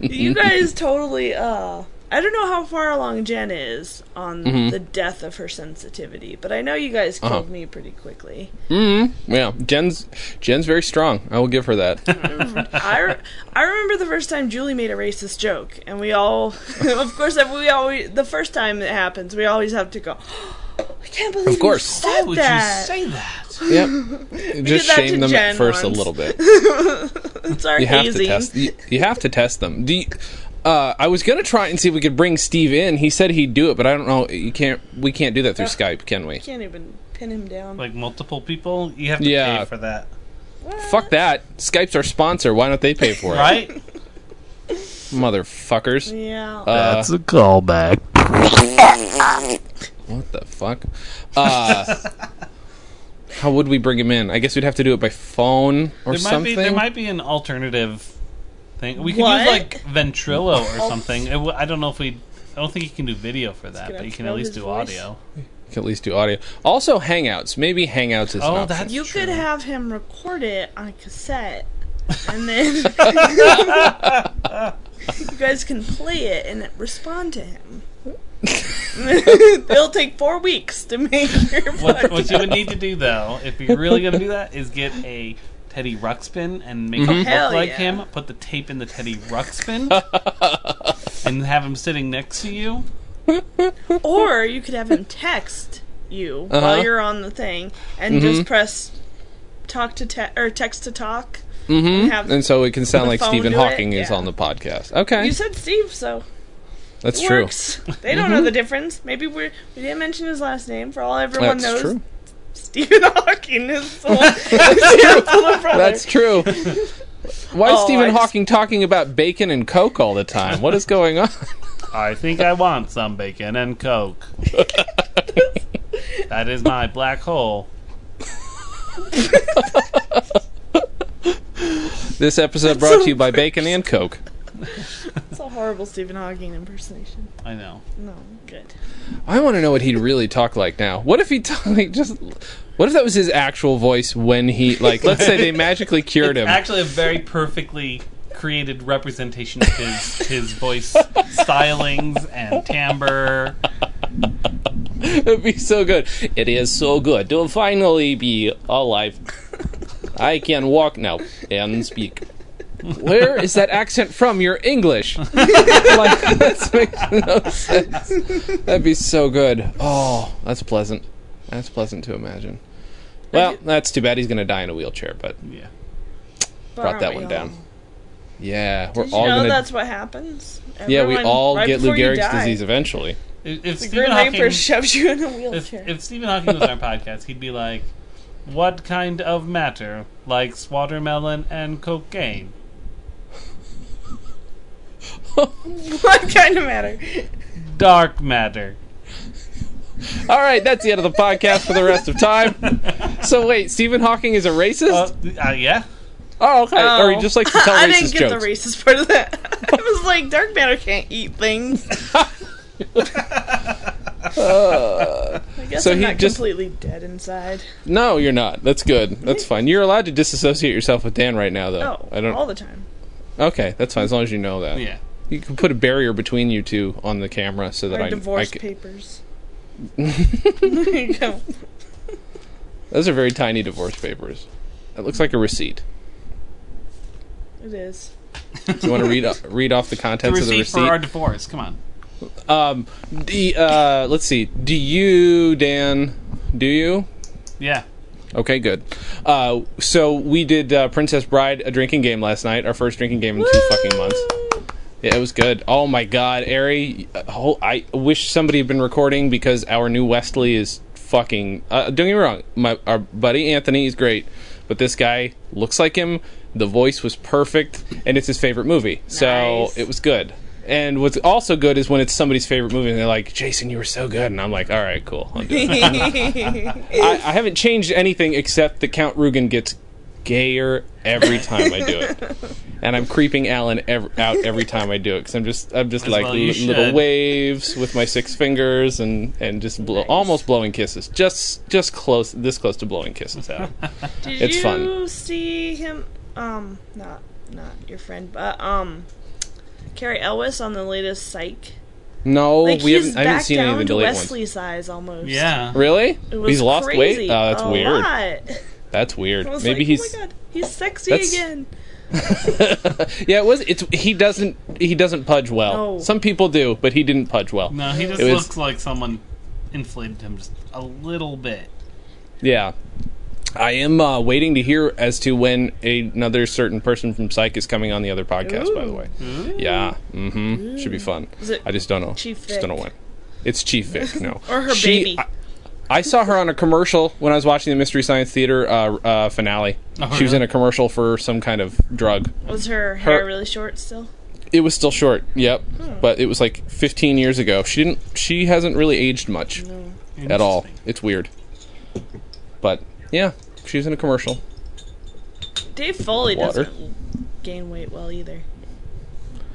C: you guys totally uh I don't know how far along Jen is on the death of her sensitivity, but I know you guys killed me pretty quickly.
B: yeah, Jen's Jen's very strong. I will give her that.
C: I, re- I remember the first time Julie made a racist joke, and we all, of course, we always the first time it happens, we always have to go. I can't believe
B: Of course.
C: you said
A: Why would
C: that.
A: you say that?
B: yep.
C: did
B: Just
C: that to
B: shame them
C: Jen
B: at first
C: once.
B: a little bit.
C: it's our
B: you have
C: hazing.
B: to test. You, you have to test them. Do you, uh, I was gonna try and see if we could bring Steve in. He said he'd do it, but I don't know. You can't. We can't do that through Skype, can we?
C: Can't even pin him down.
A: Like multiple people, you have to
B: Yeah.
A: pay for that,
B: Fuck that. Skype's our sponsor. Why don't they pay for it,
A: right?
B: motherfuckers?
C: yeah.
B: Uh,
E: That's a callback.
B: what the fuck? Uh, how would we bring him in? I guess we'd have to do it by phone
A: there
B: or
A: might
B: something.
A: be there might be an alternative thing. We could
C: What? Oh.
A: use like Ventrilo or something. It w- I don't know if we. I don't think you can do video for that,
C: gonna
A: but you can
C: throw
A: at least
C: his
A: do
C: voice.
A: audio.
B: We could at least do audio. Also, Hangouts. Maybe Hangouts is. an
A: Oh,
B: option.
A: that's
C: you
A: true.
C: could have him record it on a cassette, and then you guys can play it and respond to him. It'll take four weeks to make your
A: What,
C: podcast.
A: what you would need to do though, if you're really gonna do that, is get a Teddy Ruxpin and make
B: Mm-hmm.
A: him look
C: Hell
A: like
C: yeah.
A: him. Put the tape in the Teddy Ruxpin, and have him sitting next to you.
C: Or you could have him text you
B: Uh-huh. Mm-hmm.
C: while you're on the thing and just press talk to te- or text to talk.
B: Mhm.
C: have
B: And so it can sound
C: the
B: like
C: phone
B: Stephen
C: do it?
B: Hawking is
C: Yeah.
B: on the podcast. Okay,
C: You said Steve, so
B: that's
C: it
B: true. Mm-hmm.
C: works. They don't know the difference. Maybe we we didn't mention his last name. For all everyone
B: That's
C: knows,
B: true.
C: Stephen Hawking is the one- Steve's little brother.
B: That's true. Why is
C: Oh, I
B: Stephen
C: just-
B: Hawking talking about bacon and coke all the time? What is going on?
A: I think I want some bacon and coke. that is my black hole.
B: This episode brought to you by Bacon and Coke.
C: That's a horrible Stephen Hawking impersonation.
A: I know.
C: No, good.
B: I want to know what he'd really talk like now. What if he talked like just? What if that was his actual voice when he like? Let's say they magically cured him.
A: Actually, a very perfectly created representation of his his voice stylings and timbre.
B: It'd be so good. It is so good to finally be alive. I can walk now and speak. Where is that accent from? You're English. like, that makes no sense. That'd be so good. Oh, that's pleasant. That's pleasant to imagine. Well, that's too bad. He's going to die in a wheelchair, but
A: Yeah.
B: brought that
C: Aren't we
B: one
C: all?
B: down. Yeah, we're
C: Did you
B: all
C: know
B: going to.
C: that's what happens?
B: Yeah, we
C: Everyone-
B: all
C: right
B: get Lou
C: before you
B: Gehrig's
C: die,
B: disease eventually.
A: If, if
C: The
A: Stephen
C: Grim
A: Hawking,
C: Reaper shoves you in a
A: if,
C: wheelchair.
A: if Stephen Hawking was on our podcast, he'd be like, "What kind of matter likes watermelon and cocaine?
C: what kind of matter?
A: Dark matter."
B: All right, that's the end of the podcast for the rest of time. So wait, Stephen Hawking is a racist?
A: Uh, uh, yeah.
B: Oh, okay.
C: Oh.
B: Or he just likes to tell
C: I
B: racist
C: didn't get
B: jokes.
C: the racist part of that. I was like, dark matter can't eat things. I guess
B: So
C: I'm
B: he
C: not
B: just-
C: completely dead inside.
B: no, you're not. That's good. That's fine. You're allowed to disassociate yourself with Dan right now, though.
C: Oh,
B: I don't.
C: all the time.
B: okay, that's fine as long as you know that.
A: Yeah.
B: You can put a barrier between you two on the camera so that
C: Our
B: I. I
C: divorce
B: c-
C: papers. there you go.
B: those are very tiny divorce papers. It looks like a receipt.
C: It is.
B: Do you want to read read off the
A: The
B: contents of the
A: receipt,
B: receipt?
A: for our divorce. Come on.
B: um, the, uh, let's see. Do you, Dan? Do you?
A: Yeah.
B: Okay, good. Uh, so we did uh, Princess Bride a drinking game last night. Our first drinking game in two fucking months. Yeah, it was good. Oh my god, Ari! Oh, I wish somebody had been recording because our new Wesley is fucking. Uh, don't get me wrong, my our buddy Anthony is great, but this guy looks like him. The voice was perfect, and it's his favorite movie, so
C: Nice.
B: it was good. And what's also good is when it's somebody's favorite movie, and they're like, "Jason, you were so good," and I'm like, "All right, cool, I'll do it." I, I haven't changed anything except that Count Rugen gets gayer every time I do it, and I'm creeping Alan ev- out every time I do it because I'm just I'm just
A: As
B: like
A: well you
B: li- little
A: should.
B: waves with my six fingers and and just blow, almost blowing kisses, just just close this close to blowing kisses out.
C: Did
B: It's
C: you
B: fun.
C: see him? Um, not not your friend, but um, Carrie Elwes on the latest Psych.
B: No,
C: Like
B: we
C: he's
B: haven't. I
C: back
B: haven't seen
C: down
B: any of the
C: to
B: late
C: Wesley
B: ones.
C: size almost.
A: Yeah.
B: Really?
C: It was
B: He's lost
C: crazy.
B: weight. Oh, that's
C: a
B: weird.
C: lot. I
B: That's weird.
C: was
B: Maybe
C: like,
B: he's.
C: Oh my god, he's sexy
B: That's-
C: again.
B: yeah, it was. It's he doesn't. He doesn't pudge well.
C: No.
B: Some people do, but he didn't pudge well.
A: No, he just
B: It was-
A: looks like someone inflated him just a little bit.
B: Yeah. I am uh, waiting to hear as to when another certain person from Psych is coming on the other podcast. By the way, yeah, mm-hmm. should be fun.
C: Mm. Is it
B: I just don't know.
C: Chief
B: Just don't know
C: Vic?
B: when. It's Chief Vic. No,
C: Or her
B: She-
C: baby.
B: I, I saw her on a commercial when I was watching the Mystery Science Theater uh, uh, finale.
A: Oh,
B: she was
A: really?
B: in a commercial for some kind of drug.
C: Was her hair
B: Her-
C: really short still?
B: It was still short. Yep, but it was like 15 years ago. She didn't. She hasn't really aged much at all.
A: Interesting.
B: It's weird. But yeah, she was in a commercial.
C: Dave Foley
B: Water.
C: doesn't gain weight well either.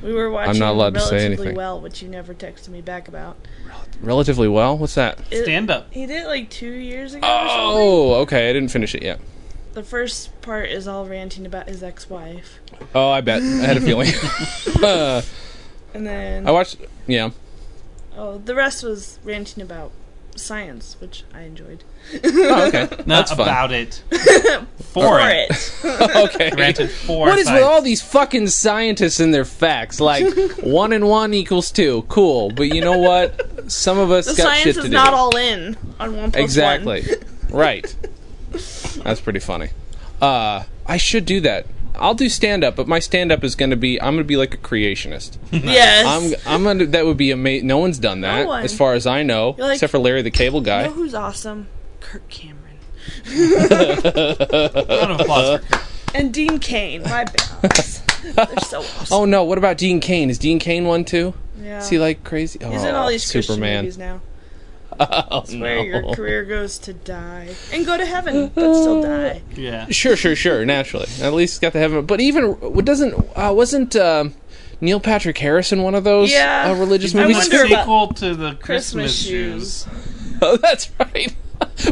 C: We were watching
B: not allowed to say
C: relatively
B: anything.
C: well, which you never texted me back about.
B: Relatively well. What's that?
C: It-
A: Stand up.
C: He did it like two years ago. or something.
B: Oh, okay. I didn't finish it yet.
C: The first part is all ranting about his ex-wife,
B: Oh, I bet. I had a feeling. uh,
C: and then
B: I watched. Yeah.
C: oh, the rest was ranting about science, which I enjoyed.
B: Oh, okay.
A: Not
B: That's fun.
A: about it. For
C: For
A: it.
C: it,
B: Okay.
A: Granted, for
B: What is with
A: science.
B: all these fucking scientists and their facts? Like one and one equals two. Cool, but you know what? Some of us
C: the
B: got shit
C: science
B: to
C: is
B: do.
C: not all in on one plus
B: exactly.
C: one.
B: right. That's pretty funny. Uh, I should do that. I'll do stand up, but my stand up is going to be I'm going to be like a creationist.
C: Yes.
B: I'm I'm gonna that would be amazing. No one's done that
C: No one.
B: as far as I know,
C: You're like-
B: except for Larry the Cable
C: you
B: Guy.
C: know who's awesome? Kirk Cameron
A: Round of applause for Kirk.
C: and Dean Kane. My balance. They're so awesome.
B: Oh no! What about Dean Kane? Is Dean Kane one too?
C: yeah.
B: Is he like crazy? Oh,
C: He's in all these Christian
B: Superman.
C: movies now.
B: Oh,
C: Where
B: no.
C: your career goes to die and go to heaven, but still die.
A: Yeah.
B: Sure, sure, sure. Naturally, at least he's got the heaven. But even what doesn't uh, wasn't um, Neil Patrick Harris in one of those
C: Yeah.
B: uh, religious
A: I
B: movies?
C: wonder
A: sequel
C: about
A: to the Christmas,
C: Christmas
A: shoes.
C: shoes.
B: Oh, that's right.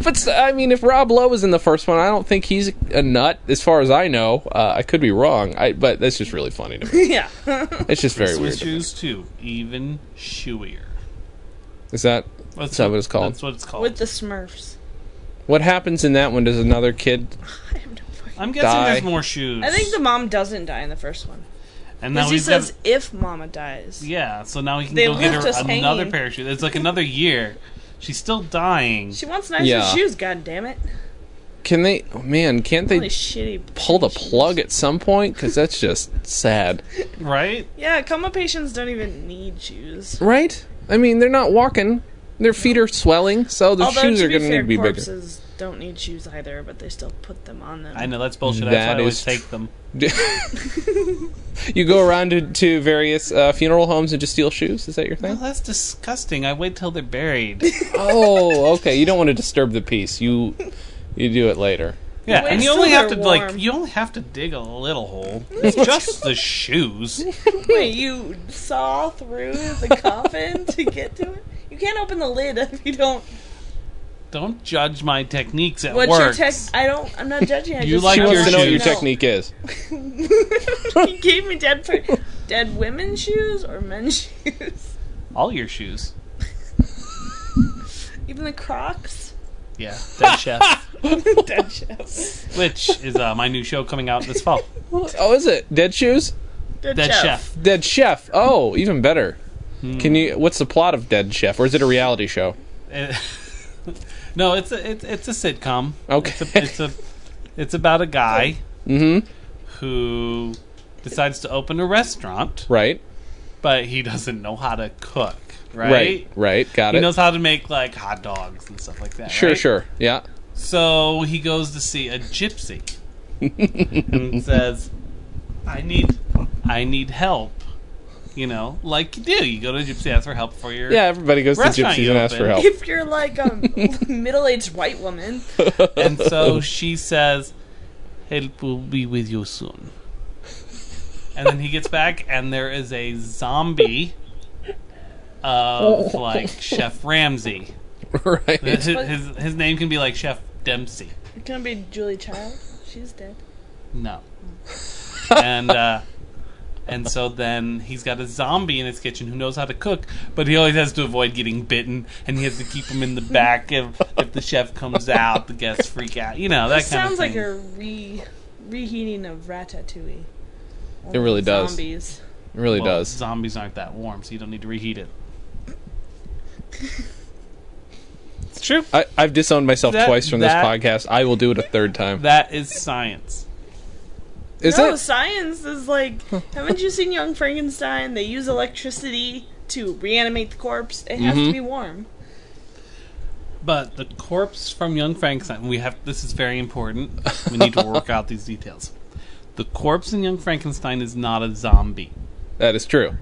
B: but I mean, if Rob Lowe was in the first one, I don't think he's a nut, as far as I know. Uh, I could be wrong, I, but that's just really funny to me.
C: yeah.
B: It's just very weird.
A: Christmas
B: to me.
A: shoes too, even shoeier.
B: Is that
A: That's
B: that what it's called?
A: That's what it's called.
C: With the Smurfs.
B: what happens in that one? Does another kid?
C: I have no fucking.
A: I'm guessing
B: die.
A: there's more shoes.
C: I think the mom doesn't die in the first one.
A: and now
C: Because he
A: we've got-
C: says if mama dies.
A: yeah. So now we can
C: They
A: go get
C: left
A: her
C: us
A: another
C: hanging.
A: pair of shoes. It's like another year. She's still dying.
C: She wants nicer
B: Yeah.
C: shoes, god damn it.
B: Can they? Oh, man, can't they
C: Really shitty.
B: pull the plug at some point? Because that's just sad,
A: right?
C: Yeah, coma patients don't even need shoes.
B: right? I mean, they're not walking. Their feet are swelling, so their
C: Although
B: shoes
C: to
B: are
C: be
B: going
C: fair,
B: need to be bigger.
C: corpses don't need shoes either, but they still put them on them.
A: I know that's bullshit.
B: That
A: that's why I always
B: is tr-
A: take them.
B: you go around to, to various uh, funeral homes and just steal shoes. Is that your
A: Well,
B: thing?
A: that's disgusting. I wait till they're buried.
B: oh, okay. You don't want to disturb the peace. You you do it later.
A: Yeah,
C: Wait
A: and you
C: till
A: only have to
C: they're warm.
A: like you only have to dig a little hole. It's just the shoes.
C: Wait, you saw through the coffin to get to it? You can't open the lid if you don't.
A: Don't judge my techniques at
C: What's your
A: work.
C: tech? I don't. I'm not judging. I
A: You
C: just
A: like
B: She
C: don't
B: wants
A: your
B: to know what your
A: shoes.
B: technique is.
C: he gave me dead per- dead women's shoes or men's shoes.
A: All your shoes.
C: Even the Crocs.
A: Yeah, dead chef.
C: Dead chef.
A: which is uh, my new show coming out this fall.
B: Oh, is it Dead Shoes?
C: Dead,
A: Dead
C: chef.
A: Chef.
B: Dead Chef. Oh, even better.
A: Hmm.
B: Can you? What's the plot of Dead Chef, or is it a reality show?
A: Eh, no, it's a it's, it's a sitcom.
B: Okay.
A: it's a, it's a it's about a guy
B: Mm-hmm.
A: who decides to open a restaurant,
B: Right.
A: but he doesn't know how to cook. Right.
B: Right. Right. Got
A: He
B: it.
A: knows how to make like hot dogs and stuff like that.
B: sure.
A: right?
B: Sure. Yeah.
A: So he goes to see a gypsy and says, "I need, I need help." You know, like you do. You go to a gypsy, ask for help for your
B: Yeah. Everybody goes to
A: Restaurant
B: gypsies
A: you
B: and asks for
A: open.
B: help.
C: If you're like a middle-aged white woman,
A: And so she says, "Help will be with you soon." And then he gets back, and there is a zombie of like Chef Ramsay.
B: right.
A: His, his, his name can be like Chef Dempsey.
C: it's gonna be Julie Child. She's dead.
A: No. and uh, and so then he's got a zombie in his kitchen who knows how to cook, but he always has to avoid getting bitten, and he has to keep him in the back. If if the chef comes out, the guests freak out. You know that
C: This
A: kind
C: sounds
A: of thing.
C: like a re reheating of Ratatouille.
B: It really does.
C: Zombies.
B: It really
A: Well,
B: does.
A: Zombies aren't that warm, so you don't need to reheat it. it's true.
B: I, I've disowned myself
A: That-
B: twice from
A: that-
B: this podcast. I will do it a third time.
A: That is science.
B: Is
C: no,
B: it?
C: science is like, haven't you seen Young Frankenstein? They use electricity to reanimate the corpse. It has to be warm.
A: But the corpse from young Frankenstein, we have this is very important. We need to work out these details. The corpse in young Frankenstein is not a zombie.
B: That is true.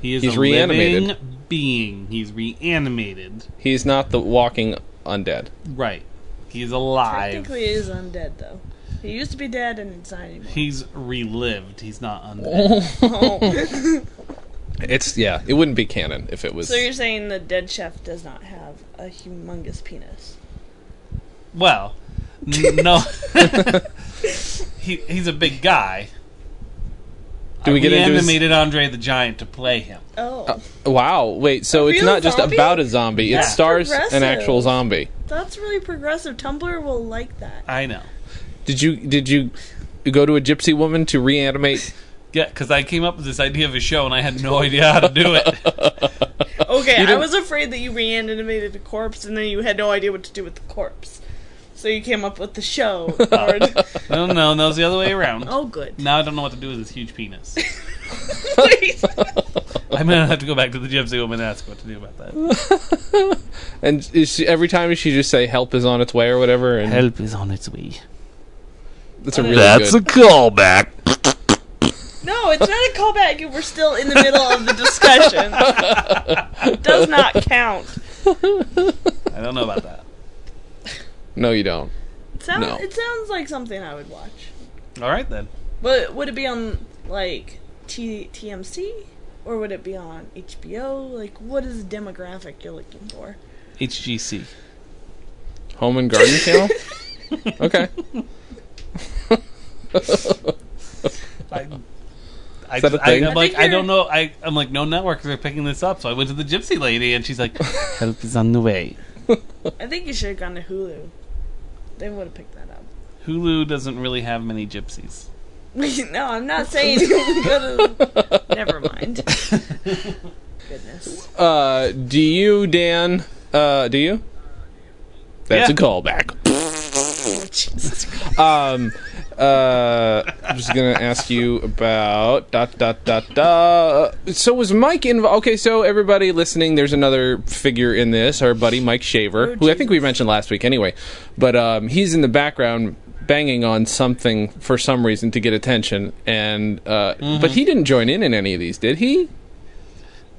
A: He is
B: He's
A: a
B: reanimated.
A: living being. He's reanimated.
B: He's not the walking undead.
A: Right. He's alive.
C: Technically, it is undead though. It used to be dead, and it's not anymore.
A: He's relived. He's not
C: Oh.
A: undead.
B: It's yeah. It wouldn't be canon if it was.
C: so you're saying the dead chef does not have a humongous penis?
A: Well, n- no. he, he's a big guy.
B: Do we get into his-
A: animated Andre the Giant to play him?
C: Oh,
B: Wow. Wait. So it's
C: real
B: not just
C: zombie?
B: about a zombie. It
A: Yeah.
B: stars an
C: Progressive.
B: actual zombie.
C: that's really progressive. Tumblr will like that.
A: I know.
B: Did you did you go to a gypsy woman to reanimate?
A: Yeah, because I came up with this idea of a show and I had no idea how to do it.
C: Okay, I
B: didn't-
C: was afraid that Oh, you reanimated a corpse, and then you had no idea what to do with the corpse. So you came up with the show. Lord.
A: no, no, no, it's the other way around.
C: oh, good.
A: Now I don't know what to do with this huge penis.
C: Please.
A: I'm gonna have to go back to the gypsy woman and ask what to do about that.
B: And is she, every time she just say help is on its way or whatever. And
A: Help is on its way.
B: that's a really good.
F: callback.
C: No, it's not a callback. You were still in the middle of the discussion. Does not count.
A: I don't know about that.
B: no, you don't.
C: It sounds,
B: No.
C: it sounds like something I would watch.
A: All right then.
C: But would it be on like T- TMC or would it be on HBO? Like, what is the demographic you're looking for?
A: HGC.
B: Home and garden channel. Okay.
A: I, I,
B: that a
A: just- I-
B: thing?
A: I'm like,
C: I think
A: I
C: you're-
A: don't know. I, I'm like, no networks are picking this up. So I went to the gypsy lady and she's like, help is on the way.
C: I think you should have gone to Hulu. They would have picked that up.
A: Hulu doesn't really have many gypsies.
C: no, I'm not saying. you gotta- Never mind. Goodness.
B: Uh, do you, Dan? Uh, do you? That's
A: Yeah.
B: a callback.
C: Jesus Christ.
B: Um, uh, I'm just gonna ask you about dot dot dot dot. So was Mike involved? Okay, so everybody listening, there's another figure in this. Our buddy Mike Shaver, who I think we mentioned last week, anyway. But um, he's in the background banging on something for some reason to get attention, and uh, but he didn't join in in any of these, did he?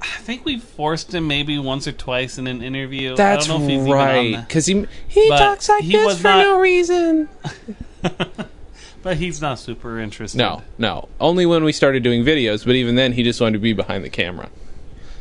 A: I think we forced him maybe once or twice in an interview.
B: That's
A: I don't know if he's Even
B: right,
A: on that.
B: because he he
A: But
B: talks like
A: he
B: this
A: was
B: for
A: not-
B: no reason.
A: But he's not super interested.
B: No, no. Only when we started doing videos, but even then, he just wanted to be behind the camera.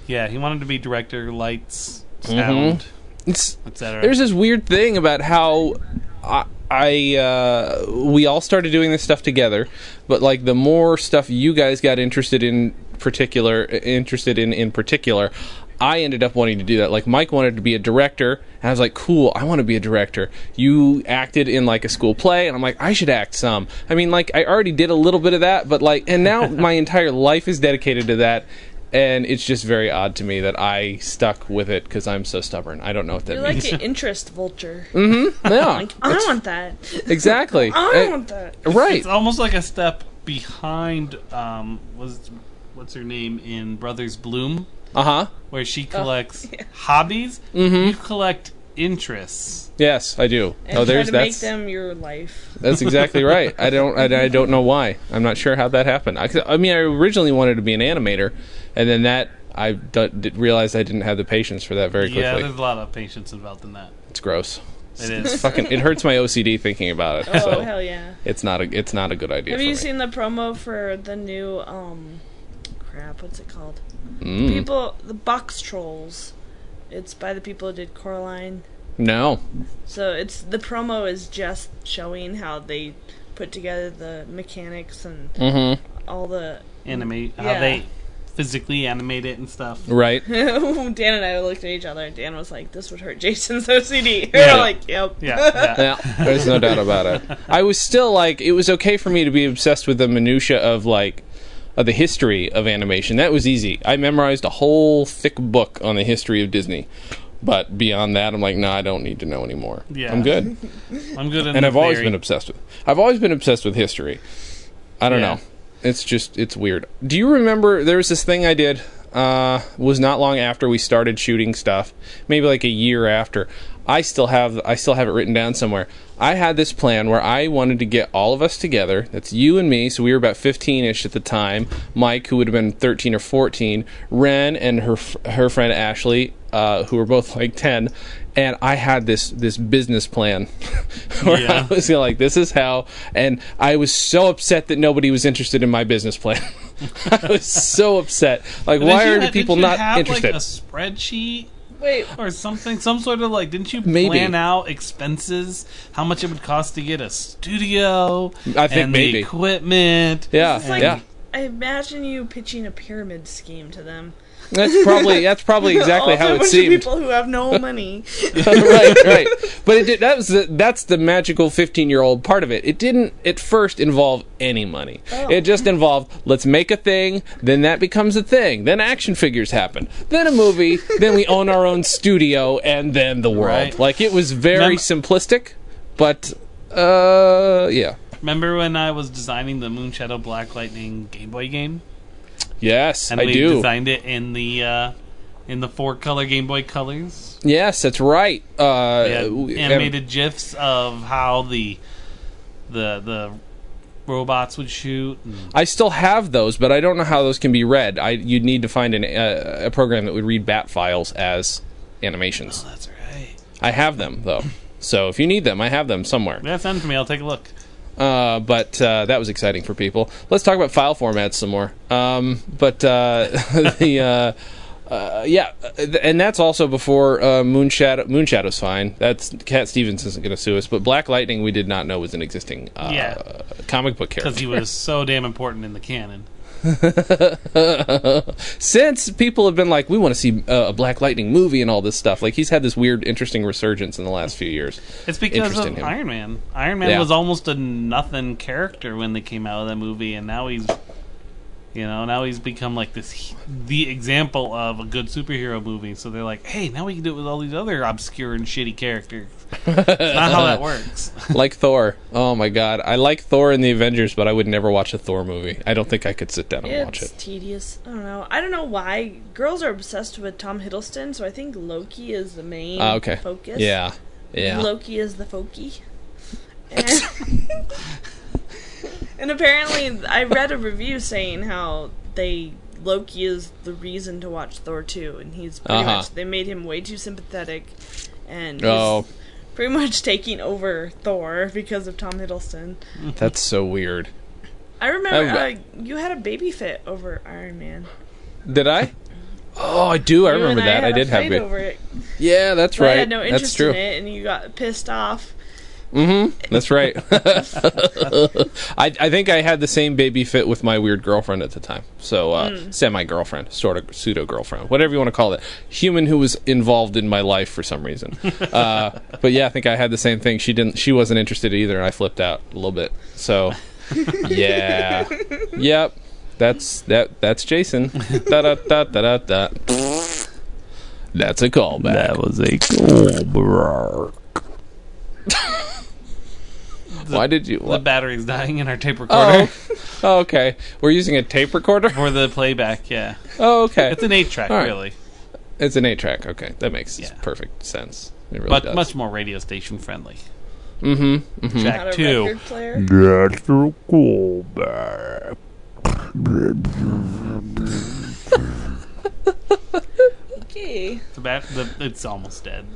A: Yeah, he wanted to be director, lights, sound,
B: It's,
A: etc.
B: Mm-hmm. there's this weird thing about how I, I uh, we all started doing this stuff together, but like the more stuff you guys got interested in particular, interested in in particular, I ended up wanting to do that. Like Mike wanted to be a director, and I was like, "Cool, I want to be a director." You acted in like a school play, and I'm like, "I should act some." I mean, like I already did a little bit of that, but like, and now my entire life is dedicated to that, and it's just very odd to me that I stuck with it because I'm so stubborn. I don't know what that
C: You're
B: means.
C: like an interest vulture.
B: Mm. yeah,
C: I want that.
B: exactly.
C: I
B: Uh,
C: want that.
B: right.
A: It's almost like a step behind. Um, was what's her name in Brothers Bloom,
B: Uh huh.
A: where she collects hobbies.
B: Mm-hmm.
A: You collect interests.
B: Yes, I do.
C: And
B: oh,
C: try
B: there's
C: to
B: that's
C: make them your life.
B: That's exactly right. I don't. I, I don't know why. I'm not sure how that happened. I, I mean, I originally wanted to be an animator, and then that I d- d- realized I didn't have the patience for that very
A: Yeah,
B: quickly.
A: there's a lot of patience involved in that.
B: it's gross.
A: It is.
B: Fucking, it hurts my OCD thinking about it.
C: Oh
B: so
C: hell yeah!
B: it's not a. It's not a good idea.
C: Have
B: for
C: you
B: me.
C: seen the promo for the new um, crap? What's it called?
B: Mm.
C: People, the box trolls. It's by the people who did Coraline.
B: No.
C: So it's the promo is just showing how they put together the mechanics and
B: Mm-hmm.
C: all the.
A: Animate how
C: Yeah.
A: they physically animate it and stuff.
B: Right.
C: Dan and I looked at each other, and Dan was like, "This would hurt Jason's OCD." We
A: Yeah.
C: We're like, "Yep."
A: Yeah, yeah.
B: Yeah, there's no doubt about it. I was still like, it was okay for me to be obsessed with the minutia of like of the history of animation. That was easy. I memorized a whole thick book on the history of Disney. But beyond that, I'm like, no, I don't need to know anymore.
A: Yeah.
B: I'm good.
A: I'm good. In
B: And
A: the
B: I've always
A: theory.
B: been obsessed with. I've always been obsessed with history. I don't
A: Yeah.
B: know. It's just it's weird. Do you remember there was this thing I did? Uh, was not long after we started shooting stuff, maybe like a year after. I still have I still have it written down somewhere. I had this plan where I wanted to get all of us together. That's you and me. So we were about 15ish at the time. Mike, who would have been 13 or 14, Ren and her f- her friend Ashley, uh, who were both like 10. And I had this this business plan where I
A: Yeah.
B: was was, you know, like, this is how. And I was so upset that nobody was interested in my business plan. I was so upset. Like,
A: Didn't
B: why
A: you
B: are
A: ha-
B: people
A: did you
B: not
A: have, Like
B: interested?
A: a spreadsheet
C: Wait,
A: or something, some sort of like. Didn't you
B: Maybe.
A: plan out expenses? How much it would cost to get a studio?
B: I think
A: and
B: maybe.
A: the equipment.
B: yeah,
C: It's like
B: yeah.
C: I imagine you pitching a pyramid scheme to them.
B: That's probably that's probably exactly
C: All
B: how
C: to a
B: it
C: bunch
B: seemed.
C: Of people who have no money.
B: right, right. But it did, that was the, that's the magical fifteen-year-old part of it. It didn't at first involve any money.
A: Oh.
B: It just involved let's make a thing, then that becomes a thing, then action figures happen, then a movie, then we own our own studio, and then the world.
A: Right.
B: Like it was very
A: Mem-
B: simplistic, but uh, yeah,
A: Remember when I was designing the Moonshadow Black Lightning Game Boy game,
B: yes,
A: and
B: I
A: we
B: do.
A: designed it in the uh, in the four color Game Boy colors.
B: yes, that's right. Uh,
A: Yeah,
B: we-
A: animated gifs of how the the the robots would shoot. and-
B: I still have those, but I don't know how those can be read. I you'd need to find an, uh, a program that would read bat files as animations.
A: that's right.
B: I have them though, so if you need them, I have them somewhere.
A: Yeah, send it to me. I'll take a look.
B: Uh, but uh, that was exciting for people. Let's talk about file formats some more. Um, but uh, the uh, uh, yeah, th- and that's also before uh, Moonshadow. Moonshadow's fine. That's Cat Stevens isn't going to sue us. But Black Lightning, we did not know was an existing uh,
A: Yeah.
B: comic book character.
A: because he was so damn important in the canon.
B: since people have been like, we want to see uh, a Black Lightning movie and all this stuff. Like he's had this weird, interesting resurgence in the last few years.
A: It's because
B: Interest in
A: of
B: him.
A: Iron Man. Iron Man
B: Yeah.
A: was almost a nothing character when they came out of that movie, and now he's, you know, now he's become like this the example of a good superhero movie. So they're like, hey, now we can do it with all these other obscure and shitty characters. It's not how that works.
B: like Thor. Oh my god, I like Thor and the Avengers, but I would never watch a Thor movie. I don't think I could sit down and watch
C: It's
B: it.
C: tedious. I don't know. I don't know why girls are obsessed with Tom Hiddleston, so I think Loki is the main
B: Ah, okay.
C: focus.
B: Yeah. Yeah.
C: Loki is the Foki. And, and apparently, I read a review saying how they Loki is the reason to watch Thor two, and he's pretty
B: Uh-huh.
C: much they made him way too sympathetic, and he's
B: Oh,
C: pretty much taking over Thor because of Tom Hiddleston.
B: that's so weird.
C: I remember
B: I-
C: uh, you had a baby fit over Iron Man.
B: Did I? Oh, I do. I remember that. I, did have
C: it.
B: it.
C: Over it.
B: Yeah, that's
C: But
B: right.
C: I had no interest
B: that's true.
C: in it, and you got pissed off.
B: Mm-hmm. That's right. I, I think I had the same baby fit with my weird girlfriend at the time. So uh, semi girlfriend, sort of pseudo girlfriend, whatever you want to call it, human who was involved in my life for some reason. uh, but yeah, I think I had the same thing. She didn't. She wasn't interested either, and I flipped out a little bit. So yeah, yep. That's that. That's Jason. da da da da da da. That's a callback.
A: was a cool
B: Why did you?
A: The battery's dying in our tape recorder
B: Oh. oh, okay. We're using a tape recorder.
A: for the playback. Yeah,
B: Oh, okay.
A: it's an eight track,
B: All right.
A: really,
B: It's an eight track. Okay, that makes
A: Yeah.
B: perfect sense. It really
A: but
B: does.
A: much more radio station friendly.
B: mm-hmm. mm-hmm.
A: Track
C: Not a
A: two.
C: record player. Okay.
A: The bat, the, it's almost dead.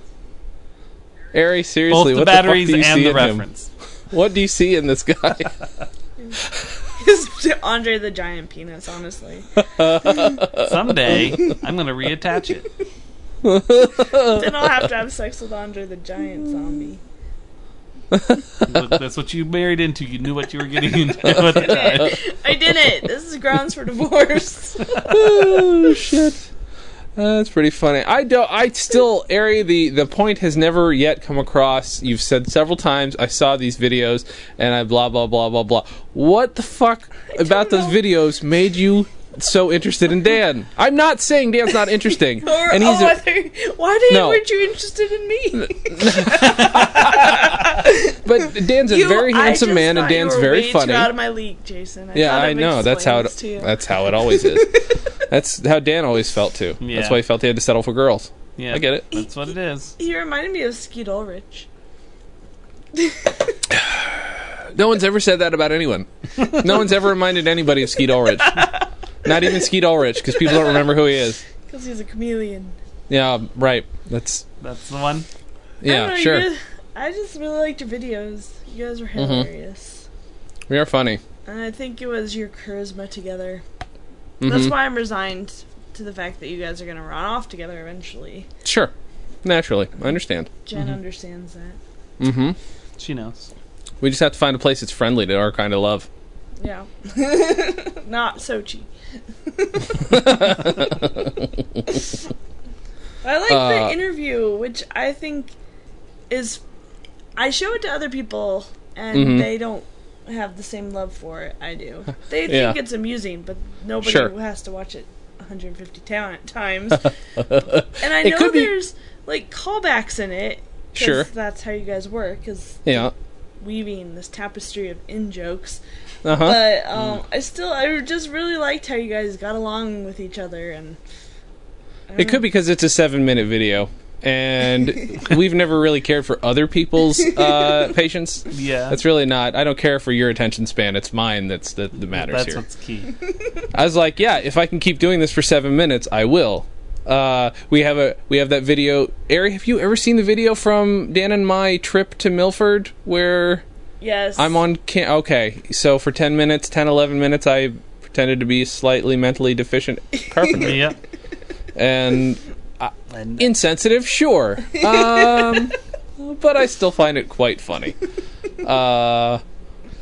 B: Ari, seriously,
A: Both
B: what
A: the batteries
B: the fuck do you
A: and
B: see
A: the
B: in him?
A: reference.
B: What do you see in this guy?
C: It's Andre the Giant penis, honestly.
A: Someday I'm gonna reattach it.
C: then I'll have to have sex with Andre the Giant zombie.
A: Look, that's what you married into. You knew what you were getting into at the time.
C: I did it. This is grounds for divorce.
B: oh shit. Uh, that's pretty funny. I don't. I still, Ari. The the point has never yet come across. You've said several times. I saw these videos, and I blah blah blah blah blah. What the fuck about those videos made you so interested in Dan? I'm not saying Dan's not interesting,
C: Or,
B: and he's
C: oh,
B: a-
C: I thought- why did,
B: No.
C: weren't you interested in me?
B: but Dan's a
C: You-
B: very
C: I
B: handsome
C: just
B: man, and
C: thought you
B: Dan's
C: were
B: very
C: way
B: funny.
C: Too out of my league, Jason. I
B: yeah,
C: thought
B: I
C: it
B: know. That's how it.
C: explains to you.
B: That's how it always is. that's how Dan always felt too.
A: Yeah.
B: That's why he felt he had to settle for girls.
A: Yeah,
B: I get it.
A: That's what it is.
C: He reminded me of Skeet Ulrich.
B: No one's ever said that about anyone. No one's ever reminded anybody of Skeet Ulrich. Not even Skeet Ulrich, because people don't remember who he is.
C: Because he's a chameleon.
B: Yeah, right. That's
A: That's the one.
C: I don't
B: yeah,
C: know, you
B: sure. Mm-hmm.
C: guys- I just really liked your videos. You guys were hilarious.
B: We are funny.
C: And I think it was your charisma together.
B: Mm-hmm.
C: That's why I'm resigned to the fact that you guys are going to run off together eventually.
B: Sure, naturally, I understand.
C: Jen understands that.
B: Mm-hmm.
A: She knows.
B: We just have to find a place that's friendly to our kind of love.
C: Yeah. Not Sochi. I like
B: Uh,
C: the interview, which I think is. I show it to other people, and
B: Mhm.
C: they don't have the same love for it I do. They
B: Yeah.
C: think it's amusing, but nobody
B: Sure.
C: has to watch it 150 ta- times. and I
B: It
C: know
B: could be-
C: there's like callbacks in it. 'cause
B: Sure.
C: That's how you guys work, is
B: Yeah.
C: weaving this tapestry of in jokes
B: Uh huh.
C: but um, I still I just really liked how you guys got along with each other and
B: It could be because it's a seven-minute video, and we've never really cared for other people's uh, patience.
A: Yeah,
B: That's really not. I don't care for your attention span. It's mine that's that, that matters
A: That's
B: here.
A: what's key.
B: I was like, yeah, if I can keep doing this for seven minutes, I will. Uh, we have a we have that video. Ari, have you ever seen the video from Dan and my trip to Milford where
C: yes
B: I'm on? Cam- okay, so for ten minutes, 10, 11 minutes, I pretended to be slightly mentally deficient carpenter
A: yep.
B: and
A: And
B: insensitive, sure, um, but I still find it quite funny. Uh,
A: I,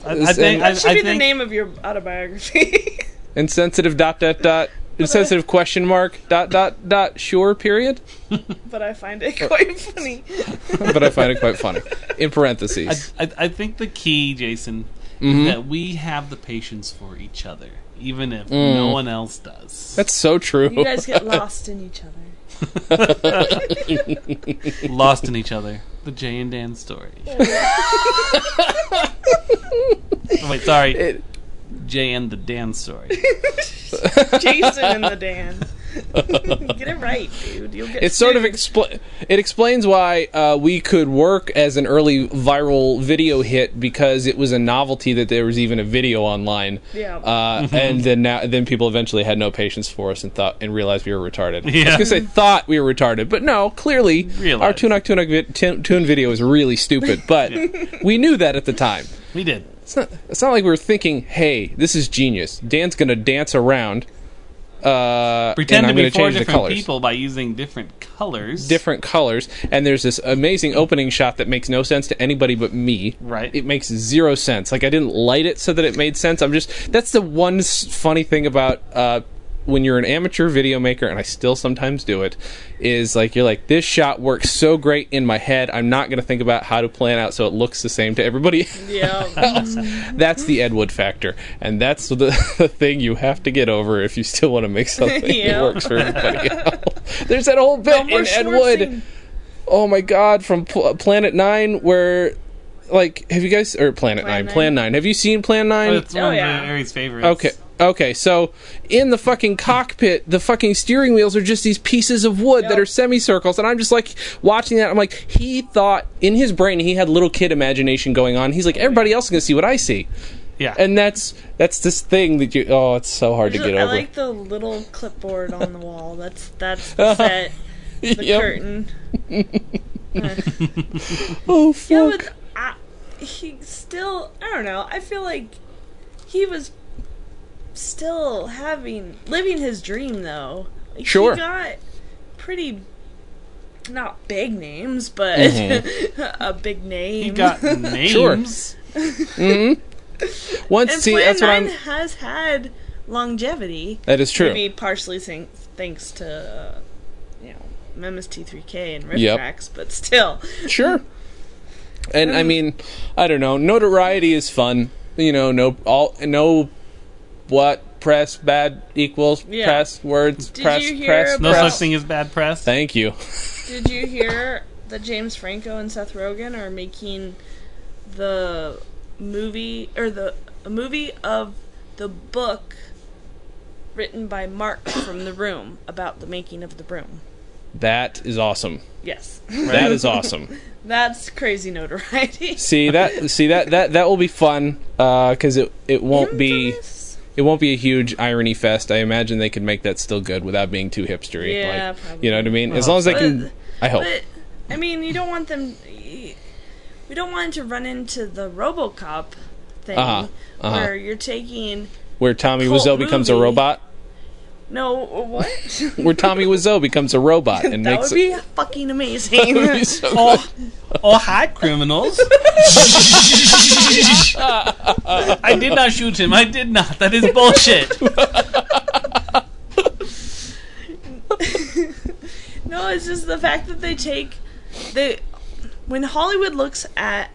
A: I think I,
C: that should
A: I
C: be the
A: think
C: name of your autobiography
B: insensitive dot dot dot insensitive question mark dot dot dot sure period.
C: but I find it quite funny
B: but I find it quite funny. In parentheses.
A: I, I think the key, Jason,
B: Mm-hmm.
A: is that we have the patience for each other, even if no one else does.
B: Mm. That's so true.
C: you guys get lost in each other
A: Lost in each other. The Jay and Dan story. Wait, sorry. Jay and the Dan story.
C: Jason and the Dan get it right dude you'll get
B: It sort of
C: sued.
B: expl- it explains why uh, we could work as an early viral video hit because it was a novelty that there was even a video online.
C: Yeah.
B: Uh,
A: Mm-hmm.
B: and then now, then people eventually had no patience for us and thought and realized we were retarded. I was
A: Yeah.
B: gonna say thought we were retarded, but no, clearly our
A: Realized.
B: Tunok Tunok vi- tune- tune video is really stupid. But we knew that at the time.
A: We did.
B: it's not it's not like we were thinking, hey, this is genius. Dan's gonna dance around. Uh,
A: Pretend
B: and
A: to
B: I'm
A: be
B: gonna
A: four
B: change the
A: different
B: colors.
A: people by using different colors.
B: different colors and there's this amazing opening shot that makes no sense to anybody but me
A: Right.
B: it makes zero sense like i didn't light it so that it made sense i'm just that's the one s- funny thing about uh when you're an amateur video maker and i still sometimes do it is like you're like this shot works so great in my head i'm not going to think about how to plan out so it looks the same to everybody
C: Yeah.
B: else that's the ed wood factor and that's the, the thing you have to get over if you still want to make something
C: Yeah.
B: that works for everybody else there's that whole bit in ed wood oh my god from Pl- planet nine where like have you guys or planet
C: Plan
B: nine
C: Nine.
B: plan nine have you seen plan nine
A: It's one
C: Oh,
A: of
C: yeah.
A: Aries' favorites.
B: okay okay so in the fucking cockpit the fucking steering wheels are just these pieces of wood that
C: Yep.
B: are semicircles and i'm just like watching that i'm like he thought in his brain he had little kid imagination going on he's like everybody else is gonna see what i see
A: Yeah.
B: and that's that's this thing that you oh it's so hard to get
C: I
B: over
C: like the little clipboard on the wall. That's that's the set, the
B: Uh-huh. Yep.
C: curtain.
B: oh
C: Yeah,
B: fuck
C: but I, he still. I don't know. I feel like he was still having living his dream though. Like,
B: Sure.
C: He got pretty not big names, but
B: Mm-hmm.
C: a big name.
A: He got names.
B: Sure. Mm-hmm. once
C: and
B: see
C: Plan
B: that's what
C: Nine
B: i'm
C: has had longevity.
B: that is true
C: Maybe partially thank- thanks to uh, you know MST3K and Rift
B: Yep.
C: Tracks, but still,
B: Sure. And I mean, I don't know. Notoriety is fun. You know, no all no what press bad equals
C: Yeah.
B: press words
C: Did
B: press
C: you hear
B: press
A: No
B: press.
A: such thing as bad press.
B: Thank you.
C: Did you hear that James Franco and Seth Rogen are making the movie or the a movie of the book written by Mark from The Room about the making of The Room?
B: That is awesome.
C: Yes,
B: That is awesome.
C: that's crazy notoriety.
B: See that see that that that will be fun uh cuz it it won't be
C: Infamous?
B: it won't be a huge irony fest. I imagine they could make that still good without being too hipstery.
C: Yeah,
B: like,
C: probably.
B: You know what I mean? as long as they can I hope.
C: But I mean, you don't want them. We don't want to run into the RoboCop thing
B: Uh-huh, uh-huh.
C: where you're taking
B: Where Tommy
C: cult
B: Wiseau becomes a
C: movie.
B: robot.
C: no what.
B: Where Tommy Wiseau becomes a robot and
C: That
B: makes
C: would be fucking amazing.
B: That would be so good.
A: Oh, oh, hi, criminals. I did not shoot him. I did not. That is bullshit.
C: no, it's just the fact that they take they when Hollywood looks at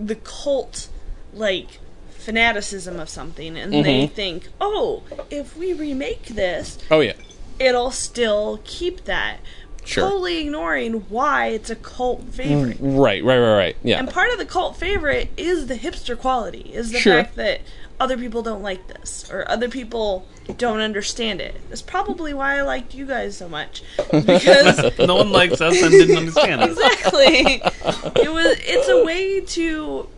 C: the cult like fanaticism of something and
B: Mm-hmm.
C: they think, "Oh, if we remake this,
B: Oh yeah,
C: it'll still keep that."
B: sure. Mm.
C: Totally ignoring why it's a cult favorite.
B: Right, right, right, right. Yeah,
C: And part of the cult favorite is the hipster quality, is the
B: Sure.
C: fact that other people don't like this or other people don't understand it. That's probably why I liked you guys so much because
A: No one likes us and didn't understand us.
C: exactly. It was. It's a way to.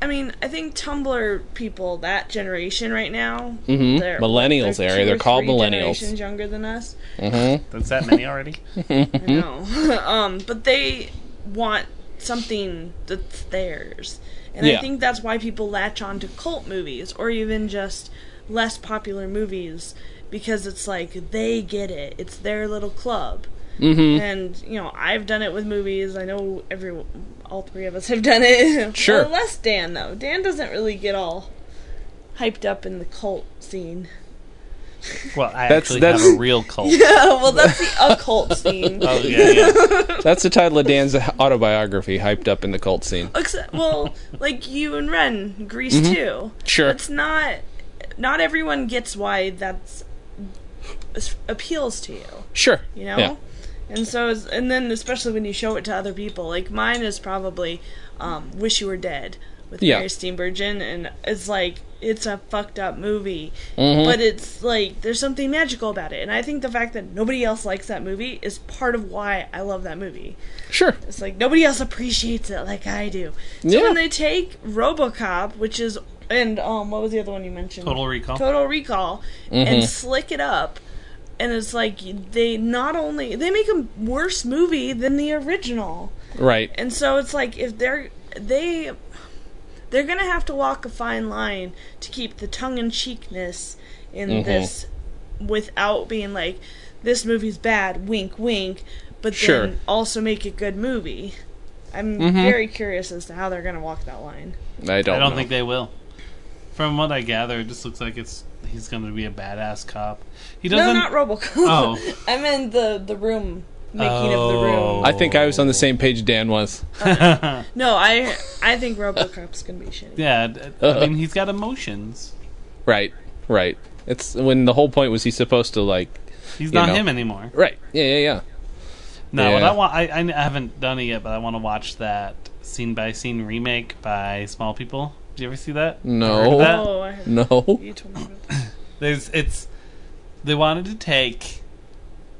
C: I mean, I think Tumblr people, that generation right now,
B: Mhm.
C: they're
B: Millennials,
C: they're
B: Ari,
C: two
B: they're
C: or
B: called
C: three
B: millennials.
C: generations younger than us.
A: That's that many already.
C: I
B: Hmm?
C: know, um, but they want something that's theirs, and
B: Yeah.
C: I think that's why people latch on to cult movies or even just less popular movies because it's like they get it. It's their little club.
B: Mm-hmm.
C: And you know, I've done it with movies. I know every all three of us have done it.
B: Sure.
C: Well, less Dan though. Dan doesn't really get all hyped up in the cult scene.
A: Well, I
B: That's-
A: actually
B: that's-
A: have a real cult.
C: well, that's the occult scene.
A: Oh yeah, yeah.
B: that's the title of Dan's autobiography, hyped up in the cult scene.
C: Except, well, like you and Ren, Grease too.
B: Mm-hmm. Sure.
C: It's not. Not everyone gets why that's s- appeals to you.
B: Sure.
C: you know
B: Yeah.
C: and so it's- and then especially when you show it to other people like mine is probably um, wish you were dead with
B: Yeah.
C: mary steenburgen and it's like it's a fucked up movie
B: Mm-hmm.
C: but it's like there's something magical about it and i think the fact that nobody else likes that movie is part of why i love that movie
B: Sure.
C: it's like nobody else appreciates it like i do so
B: Yeah.
C: when they take robocop which is and um what was the other one you mentioned
A: Total Recall.
C: Total Recall and slick it up. And it's like they not only they make a worse movie than the original.
B: Right.
C: And so it's like if they're they they're going to have to walk a fine line
A: Mm-hmm.
C: to keep the tongue in cheekness in this without being like this movie's bad, wink, wink, but
B: Sure.
C: then also make a good movie. I'm
A: Mm-hmm.
B: Mhm.
C: very curious as to how they're going to walk that line.
B: I don't.
A: I don't
B: know.
A: think they will. From what I gather, it just looks like it's he's going to be a badass cop. He doesn't.
C: no, not Robocop.
A: Oh.
C: I meant the the room making of the
A: Oh.
C: room.
B: I think I was on the same page Dan was.
C: No, I I think RoboCop's gonna be shitty.
A: yeah, d-
B: Uh-huh.
A: I mean he's got emotions.
B: Right. Right. It's when the whole point was he's supposed to like.
A: He's
B: You
A: not
B: know.
A: him anymore.
B: Right. Yeah. Yeah. Yeah.
A: No, what
B: Yeah.
A: I want, I, I haven't done it yet, but I want to watch that scene by scene remake by Small People. Did you ever see that?
B: No.
A: Heard of that?
C: Oh, I heard
B: No.
C: you told me about that.
A: There's it's they wanted to take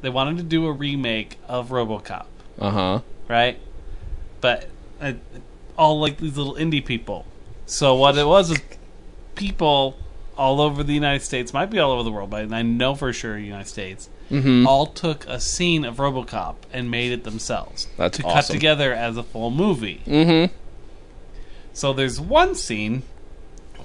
A: they wanted to do a remake of RoboCop,
B: Uh huh.
A: right? But uh, all like these little indie people. So what it was is people all over the United States, might be all over the world, but I know for sure United States,
B: Mm-hmm.
A: all took a scene of RoboCop and made it themselves
B: That's
A: to cut
B: awesome.
A: together as a full movie.
B: Mm
A: So there's one scene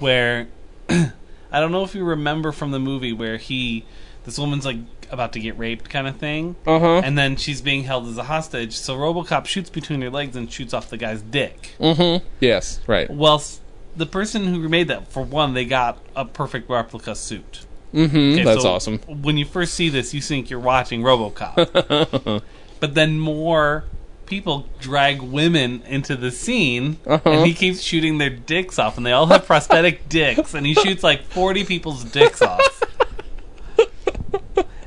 A: where I don't know if you remember from the movie where he this woman's like about to get raped kind of thing.
B: hmm. Uh huh.
A: And then she's being held as a hostage, so RoboCop shoots between her legs and shoots off the guy's dick.
B: Mm hmm. Yes. Right.
A: Well, s- the person who made that, for one, they got a perfect replica suit.
B: Mm hmm.
A: Okay,
B: That's
A: so
B: awesome.
A: When you first see this, you think you're watching RoboCop. but then more people drag women into the scene,
B: Uh-huh.
A: and he keeps shooting their dicks off, and they all have prosthetic dicks, and he shoots like 40 people's dicks off.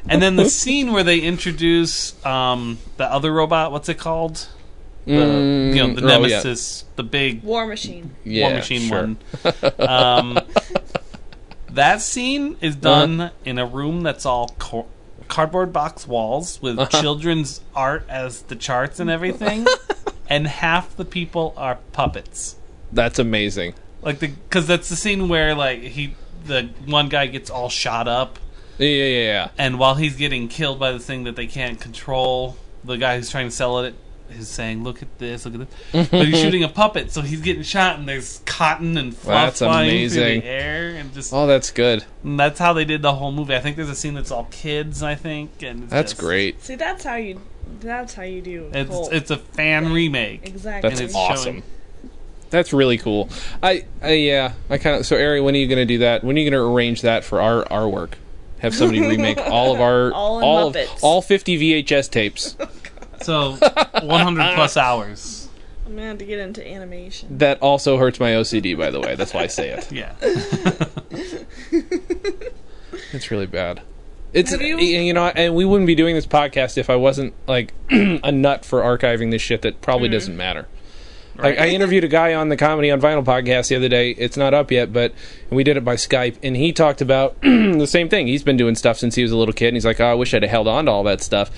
A: and then the scene where they introduce um, the other robot, what's it called? The,
B: Mm,
A: you know, the
B: oh, yeah.
A: nemesis, the big
C: War Machine.
B: Yeah.
A: War Machine
B: sure.
A: one. Um, that scene is done in a room that's all cor- cardboard box walls with
B: Uh-huh.
A: children's art as the charts and everything, and half the people are puppets.
B: That's amazing.
A: Like the because that's the scene where like he the one guy gets all shot up,
B: Yeah. Yeah. Yeah.
A: and while he's getting killed by the thing that they can't control, the guy who's trying to sell it is saying, "Look at this, look at this." but he's shooting a puppet, so he's getting shot, and there's cotton and fluff
B: That's
A: flying through
B: amazing.
A: the air, and just
B: Oh, that's good.
A: and that's how they did the whole movie. I think there's a scene that's all kids. I think, and it's
B: That's
A: just-
B: great.
C: See, that's how you that's how you do. a
A: It's
C: cult.
A: it's a fan remake.
C: exactly.
B: That's
A: it's
B: awesome.
A: showing-
B: That's really cool. I, I yeah, I kind of so Ari, when are you going to do that? When are you going to arrange that for our our work? Have somebody remake all of our
C: All in
B: of,
C: Muppets.
B: all 50 VHS tapes.
A: So 100 plus hours.
C: I'm gonna have to get into animation.
B: That also hurts my OCD by the way. That's why I say it.
A: Yeah.
B: It's really bad. It's
C: Have you-
B: you? you know, and we wouldn't be doing this podcast if I wasn't like a nut for archiving this shit that
A: Hmm.
B: probably doesn't matter. Like I interviewed a guy on the Comedy on Vinyl podcast the other day. It's not up yet, but and we did it by Skype, and he talked about the same thing. He's been doing stuff since he was a little kid, and he's like, oh, "I wish I'd have held on to all that stuff."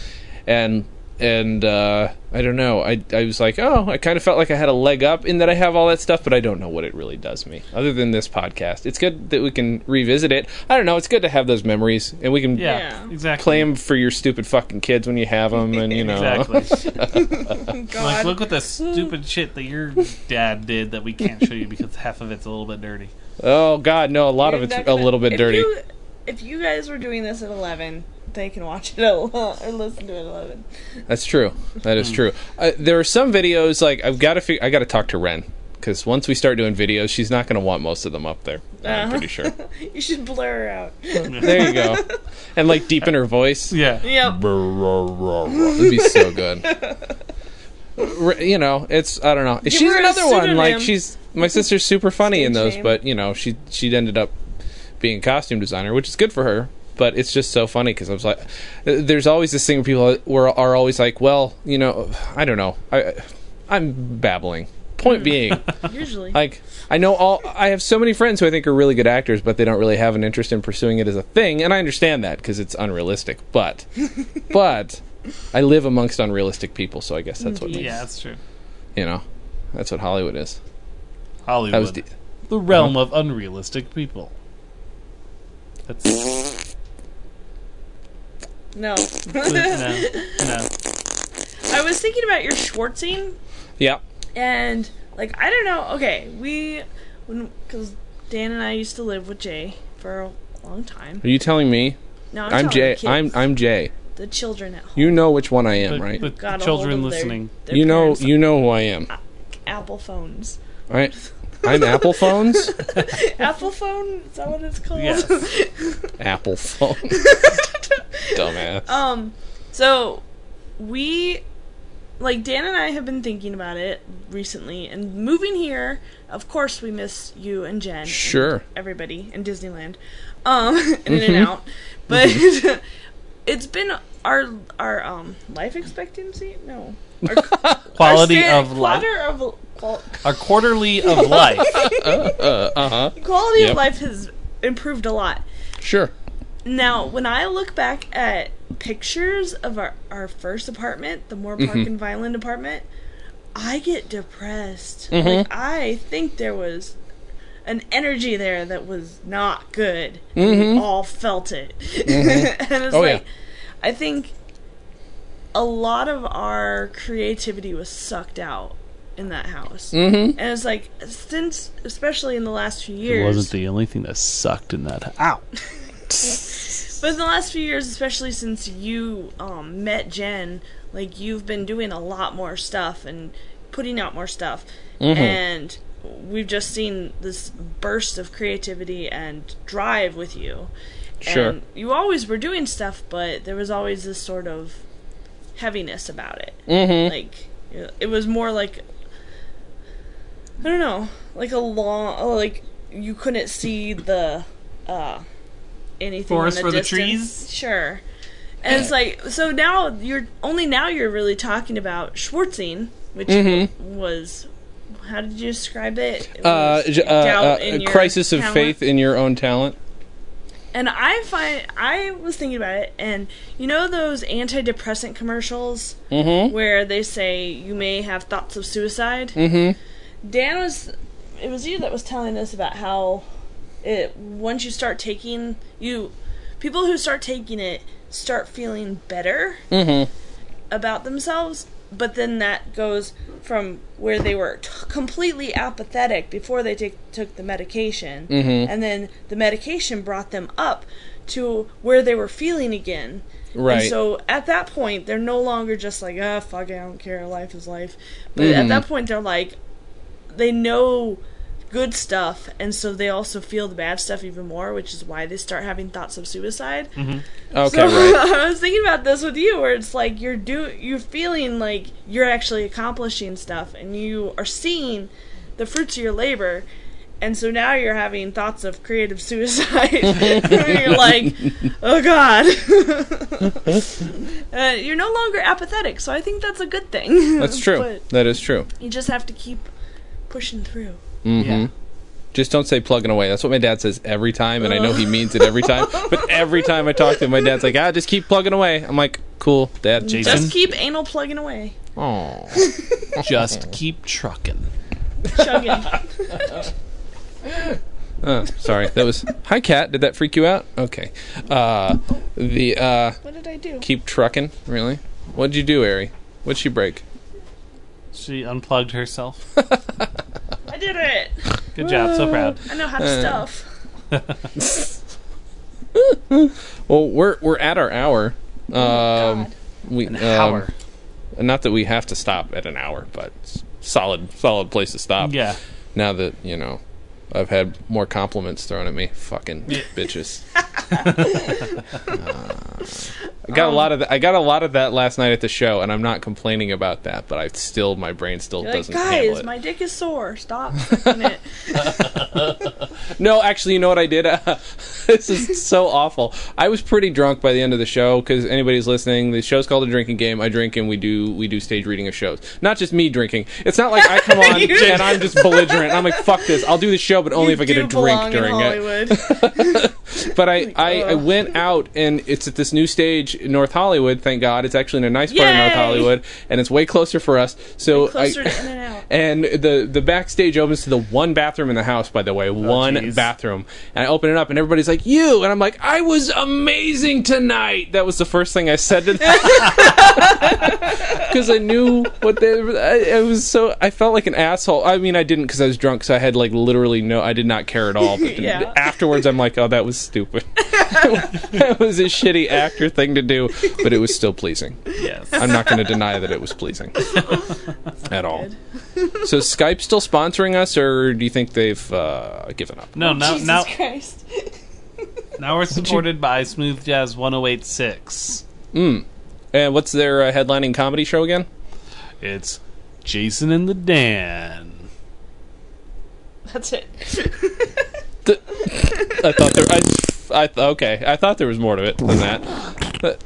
B: And and uh, I don't know. I I was like, "Oh, I kind of felt like I had a leg up in that I have all that stuff, but I don't know what it really does me." Other than this podcast, it's good that we can revisit it. I don't know. It's good to have those memories, and we can
A: Yeah.
C: Yeah.
A: Exactly.
B: play them for your stupid fucking kids when you have them, and you know.
A: Exactly. like,
C: God,
A: look at the stupid shit that your dad did that we can't show you because half of it's a little bit dirty.
B: Oh God, no! A lot
C: you're
B: of it's
C: not
B: a
C: gonna-
B: little bit
C: if
B: dirty.
C: you- if you guys were doing this at 11, they can watch it at 11, or listen to it at 11.
B: That's true. That is true. Uh, there are some videos like I've got to fig- I got to talk to Ren because once we start doing videos, she's not going to want most of them up there. I'm
C: Uh-huh.
B: pretty sure.
C: You should blur her out.
B: there you go. And like deepen her voice.
A: Yeah.
C: Yep.
B: It'd be so good. R- You know, it's I don't know. she's
C: her a
B: another one. Like
C: pseudonym.
B: she's my sister's super funny in
C: Stage
B: those,
C: name.
B: but you know, she she ended up being a costume designer, which is good for her. But it's just so funny because I was like, there's always this thing where people were, are always like, well, you know, I don't know, I I'm babbling.
C: Hmm.
B: Point being,
C: Usually.
B: like I know all I have so many friends who I think are really good actors, but they don't really have an interest in pursuing it as a thing, and I understand that because it's unrealistic. But but I live amongst unrealistic people, so I guess that's
C: Mm-hmm.
B: what makes,
A: Yeah, that's true.
B: you know that's what Hollywood is.
A: Hollywood.
B: That was the,
A: the realm of unrealistic people. That's
C: no.
A: no, no.
C: I was thinking about your Schwartzing
B: yeah
C: and like I don't know. Okay, we when because Dan and I used to live with Jay for a long time.
B: Are you telling me
C: No, I'm,
B: I'm,
C: telling
B: Jay?
C: the kids.
B: I'm I'm Jay.
C: the children at home.
B: You know which one I am,
A: The,
B: right?
A: the
C: got a
A: children
C: hold of their-
A: listening.
C: their
B: you know,
C: parents'
B: you know who I am.
C: Apple phones.
B: I, I'm Apple phones.
C: Apple phone? Is that what it's called?
A: Yes.
B: Apple phone. Dumbass.
C: Um, so we, like Dan and I have been thinking about it recently, and moving here, of course, we miss you and Jen,
B: Sure.
C: everybody in Disneyland, um, and
A: Mm-hmm.
C: in and out, but it's been our our um life expectancy, no, our, our
A: Quality
C: sta-
A: of life.
C: quarter of qual-
A: Our quarterly of life.
C: quality
B: Yep.
C: of life has improved a lot.
B: Sure.
C: Now, when I look back at pictures of our, our first apartment, the Moore Park
B: Mm-hmm.
C: and Vineland apartment, I get depressed.
B: Mm-hmm.
C: Like I think there was an energy there that was not good. We all felt it. and it's
B: Mm-hmm. Oh,
C: like
B: yeah.
C: I think a lot of our creativity was sucked out in that house. Mm-hmm. And it's like since especially in the last few years
A: It wasn't the only thing that sucked in that. Ow.
C: But in the last few years, especially since you um, met Jen, like you've been doing a lot more stuff and putting out more stuff, and we've just seen this burst of creativity and drive with you.
B: Sure.
C: And you always were doing stuff, but there was always this sort of heaviness about it.
B: Mm-hmm.
C: Like you know, it was more like I don't know, like a long, oh, like you couldn't see the uh anything
A: Forest
C: in
A: for
C: the
A: the
C: distance.
A: trees?
C: Sure. And it's like so now you're only now you're really talking about Schwartzing, which was how did you describe it? It
B: Mm-hmm. Uh,
C: was
B: j- uh, uh,
C: doubt in your
B: crisis of
C: talent.
B: faith in your own talent.
C: And I find I was thinking about it, and you know those antidepressant commercials
B: Mm-hmm.
C: where they say you may have thoughts of suicide.
B: Mm.
C: Mm-hmm. Dan was, it was you that was telling us about how it once you start taking you, people who start taking it start feeling better about themselves, but then that goes from where they were t- completely apathetic before they take took the medication, and then the medication brought them up to where they were feeling again.
B: Right.
C: And so at that point, they're no longer just like, ah, fuck it, I don't care, life is life. But at that point, they're like, they know good stuff, and so they also feel the bad stuff even more, which is why they start having thoughts of suicide.
B: Okay,
C: So
B: right.
C: I was thinking about this with you, where it's like you're do you're feeling like you're actually accomplishing stuff, and you are seeing the fruits of your labor, and so now you're having thoughts of creative suicide. you're like, oh god, uh, you're no longer apathetic. So I think that's a good thing.
B: That's true.
C: but
B: that is true.
C: you just have to keep pushing through.
A: Yeah.
B: Just don't say plugging away. That's what my dad says every time, and I know he means it every time. But every time I talk to him, my dad's like, "Ah, just keep plugging away." I'm like, "Cool, Dad."
A: Jason,
C: Just keep anal plugging away,
B: Aw.
A: just keep trucking.
C: chugging.
B: Oh, sorry. That was hi, cat. Did that freak you out? Okay. Uh, the uh,
C: what did I do?
B: keep trucking. Really? What'd you do, Ari? What'd she break?
A: She unplugged herself.
C: I did it.
A: Good job. So proud.
C: I know how to
B: Uh,
C: stuff.
B: Well, we're we're at our hour. Um,
C: Oh, God.
B: we
A: An
B: um,
A: hour.
B: Not that we have to stop at an hour, but it's solid solid place to stop.
A: Yeah.
B: Now that you know, I've had more compliments thrown at me. Fucking bitches. Uh, I got a lot of th- I got a lot of that last night at the show, and I'm not complaining about that. But I still my brain still
C: You're like,
B: doesn't handle
C: guys,
B: it.
C: my dick is sore. Stop sucking it.
B: No, actually, you know what I did? this is so awful. I was pretty drunk by the end of the show because anybody's listening, the show's called a drinking game. I drink and we do we do stage reading of shows. Not just me drinking. It's not like I come on
C: You-
B: and I'm just belligerent. I'm like, fuck this. I'll do the show, but only if I get
C: do
B: a drink
C: belong in
B: during it.
C: Hollywood.
B: But I, I, I went out and it's at this new stage in North Hollywood. Thank God, it's actually in a nice part of North
C: Yay!
B: Hollywood, and it's way closer for us. So
C: Closer
B: I,
C: to In and Out.
B: and the the backstage opens to the one bathroom in the house. By the way, one
A: jeez. Jeez.
B: bathroom. And I open it up, and everybody's like, "You!" And I'm like, "I was amazing tonight." That was the first thing I said to them because I knew what they. I, I was so. I felt like an asshole. I mean, I didn't because I was drunk, so I had like literally no. I did not care at all. But then
C: Yeah.
B: afterwards, I'm like, "Oh, that was stupid." that was a shitty actor thing to do, but it was still pleasing.
A: Yes.
B: I'm not going to deny that it was pleasing at all. so is Skype still sponsoring us, or do you think they've uh, given up?
A: No, now
C: Jesus
A: now
C: Christ.
A: now we're supported by Smooth Jazz 1086.
B: And what's their uh, headlining comedy show again?
A: It's Jason and the Dan.
C: That's it.
B: Th- I thought there. I, I th- okay. I thought there was more to it than that. But-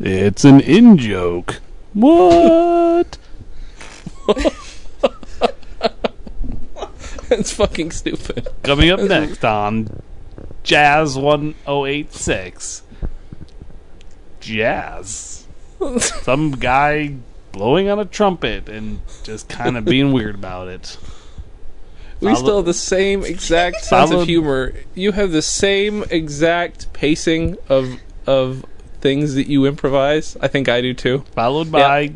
A: It's an in joke. What?
B: That's fucking stupid.
A: Coming up next on Jazz 1086. Jazz. Some guy blowing on a trumpet and just kind of being weird about it.
B: We still have the same exact sense of
A: Followed-
B: humor. You have the same exact pacing of of things that you improvise. I think I do too.
A: Followed by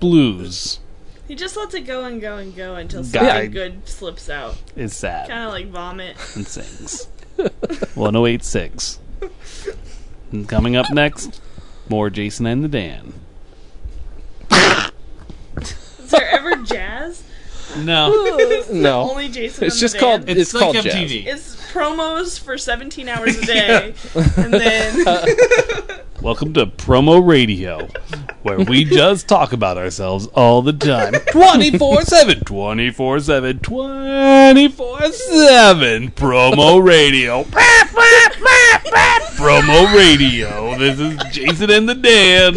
A: Blues
C: He just lets it go and go and go until
A: Guy.
C: something good slips out.
A: is
C: Kind
A: sad
C: of like vomit.
A: and sings. 1086. And coming up next, more Jason and the Dan.
C: Is there ever jazz?
A: No.
B: No.
C: Only Jason.
B: It's
C: and
B: just
C: the
B: called.
C: Band.
B: It's, called Jazz.
C: It's promos for 17 hours a day, and then
A: Welcome to Promo Radio, where we just talk about ourselves all the time.
B: 24 7.
A: 24 7, 24 7, Promo Radio. promo Radio. This is Jason and the Dan.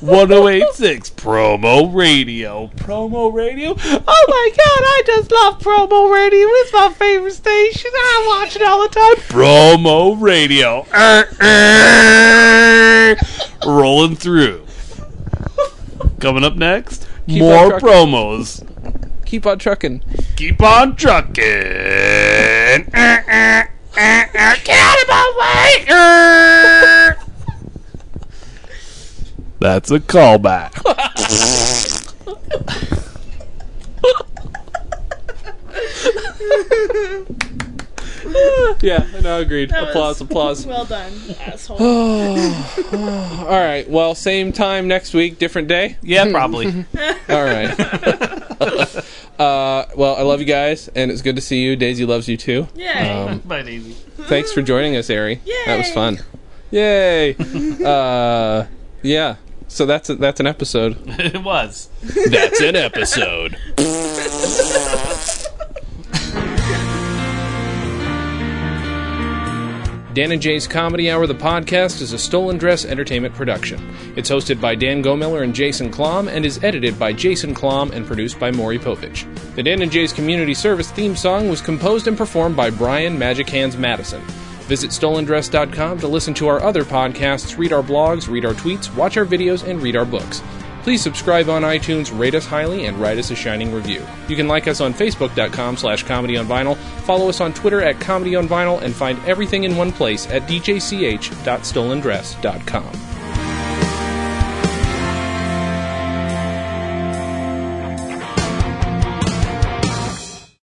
A: 1086, Promo Radio. Promo Radio? Oh my god, I just love Promo Radio. It's my favorite station. I watch it all the time. Promo Radio. Er, er. Rolling through. Coming up next,
B: on
A: more
B: trucking.
A: promos
B: Keep on trucking.
A: keep on trucking. Eh, eh, eh, eh, Get out of my way! Eh. That's a callback.
B: Yeah, no, agreed.
C: That
B: applause,
C: was-
B: applause.
C: well done, asshole.
B: All right. Well, same time next week, different day.
A: Yeah, probably.
B: All right. uh, well, I love you guys, and it's good to see you. Daisy loves you too.
C: Yay!
A: Bye, Daisy.
B: Thanks for joining us, Ari. That was
C: Yay.
B: fun. Yay! uh, yeah. So that's a, that's an episode.
A: it was.
B: That's an episode. Dan and Jay's Comedy Hour, the podcast, is a stolen dress entertainment production. It's hosted by Dan Gomiller and Jason Klom and is edited by Jason Klom and produced by Maury Povich. The Dan and Jay's Community Service theme song was composed and performed by Brian Magic Hands Madison. Visit stolendress.com to listen to our other podcasts, read our blogs, read our tweets, watch our videos, and read our books. Please subscribe on iTunes, rate us highly, and write us a shining review. You can like us on Facebook.com slash Comedy on Vinyl, follow us on Twitter at Comedy on Vinyl, and find everything in one place at DJCH.stolendress.com.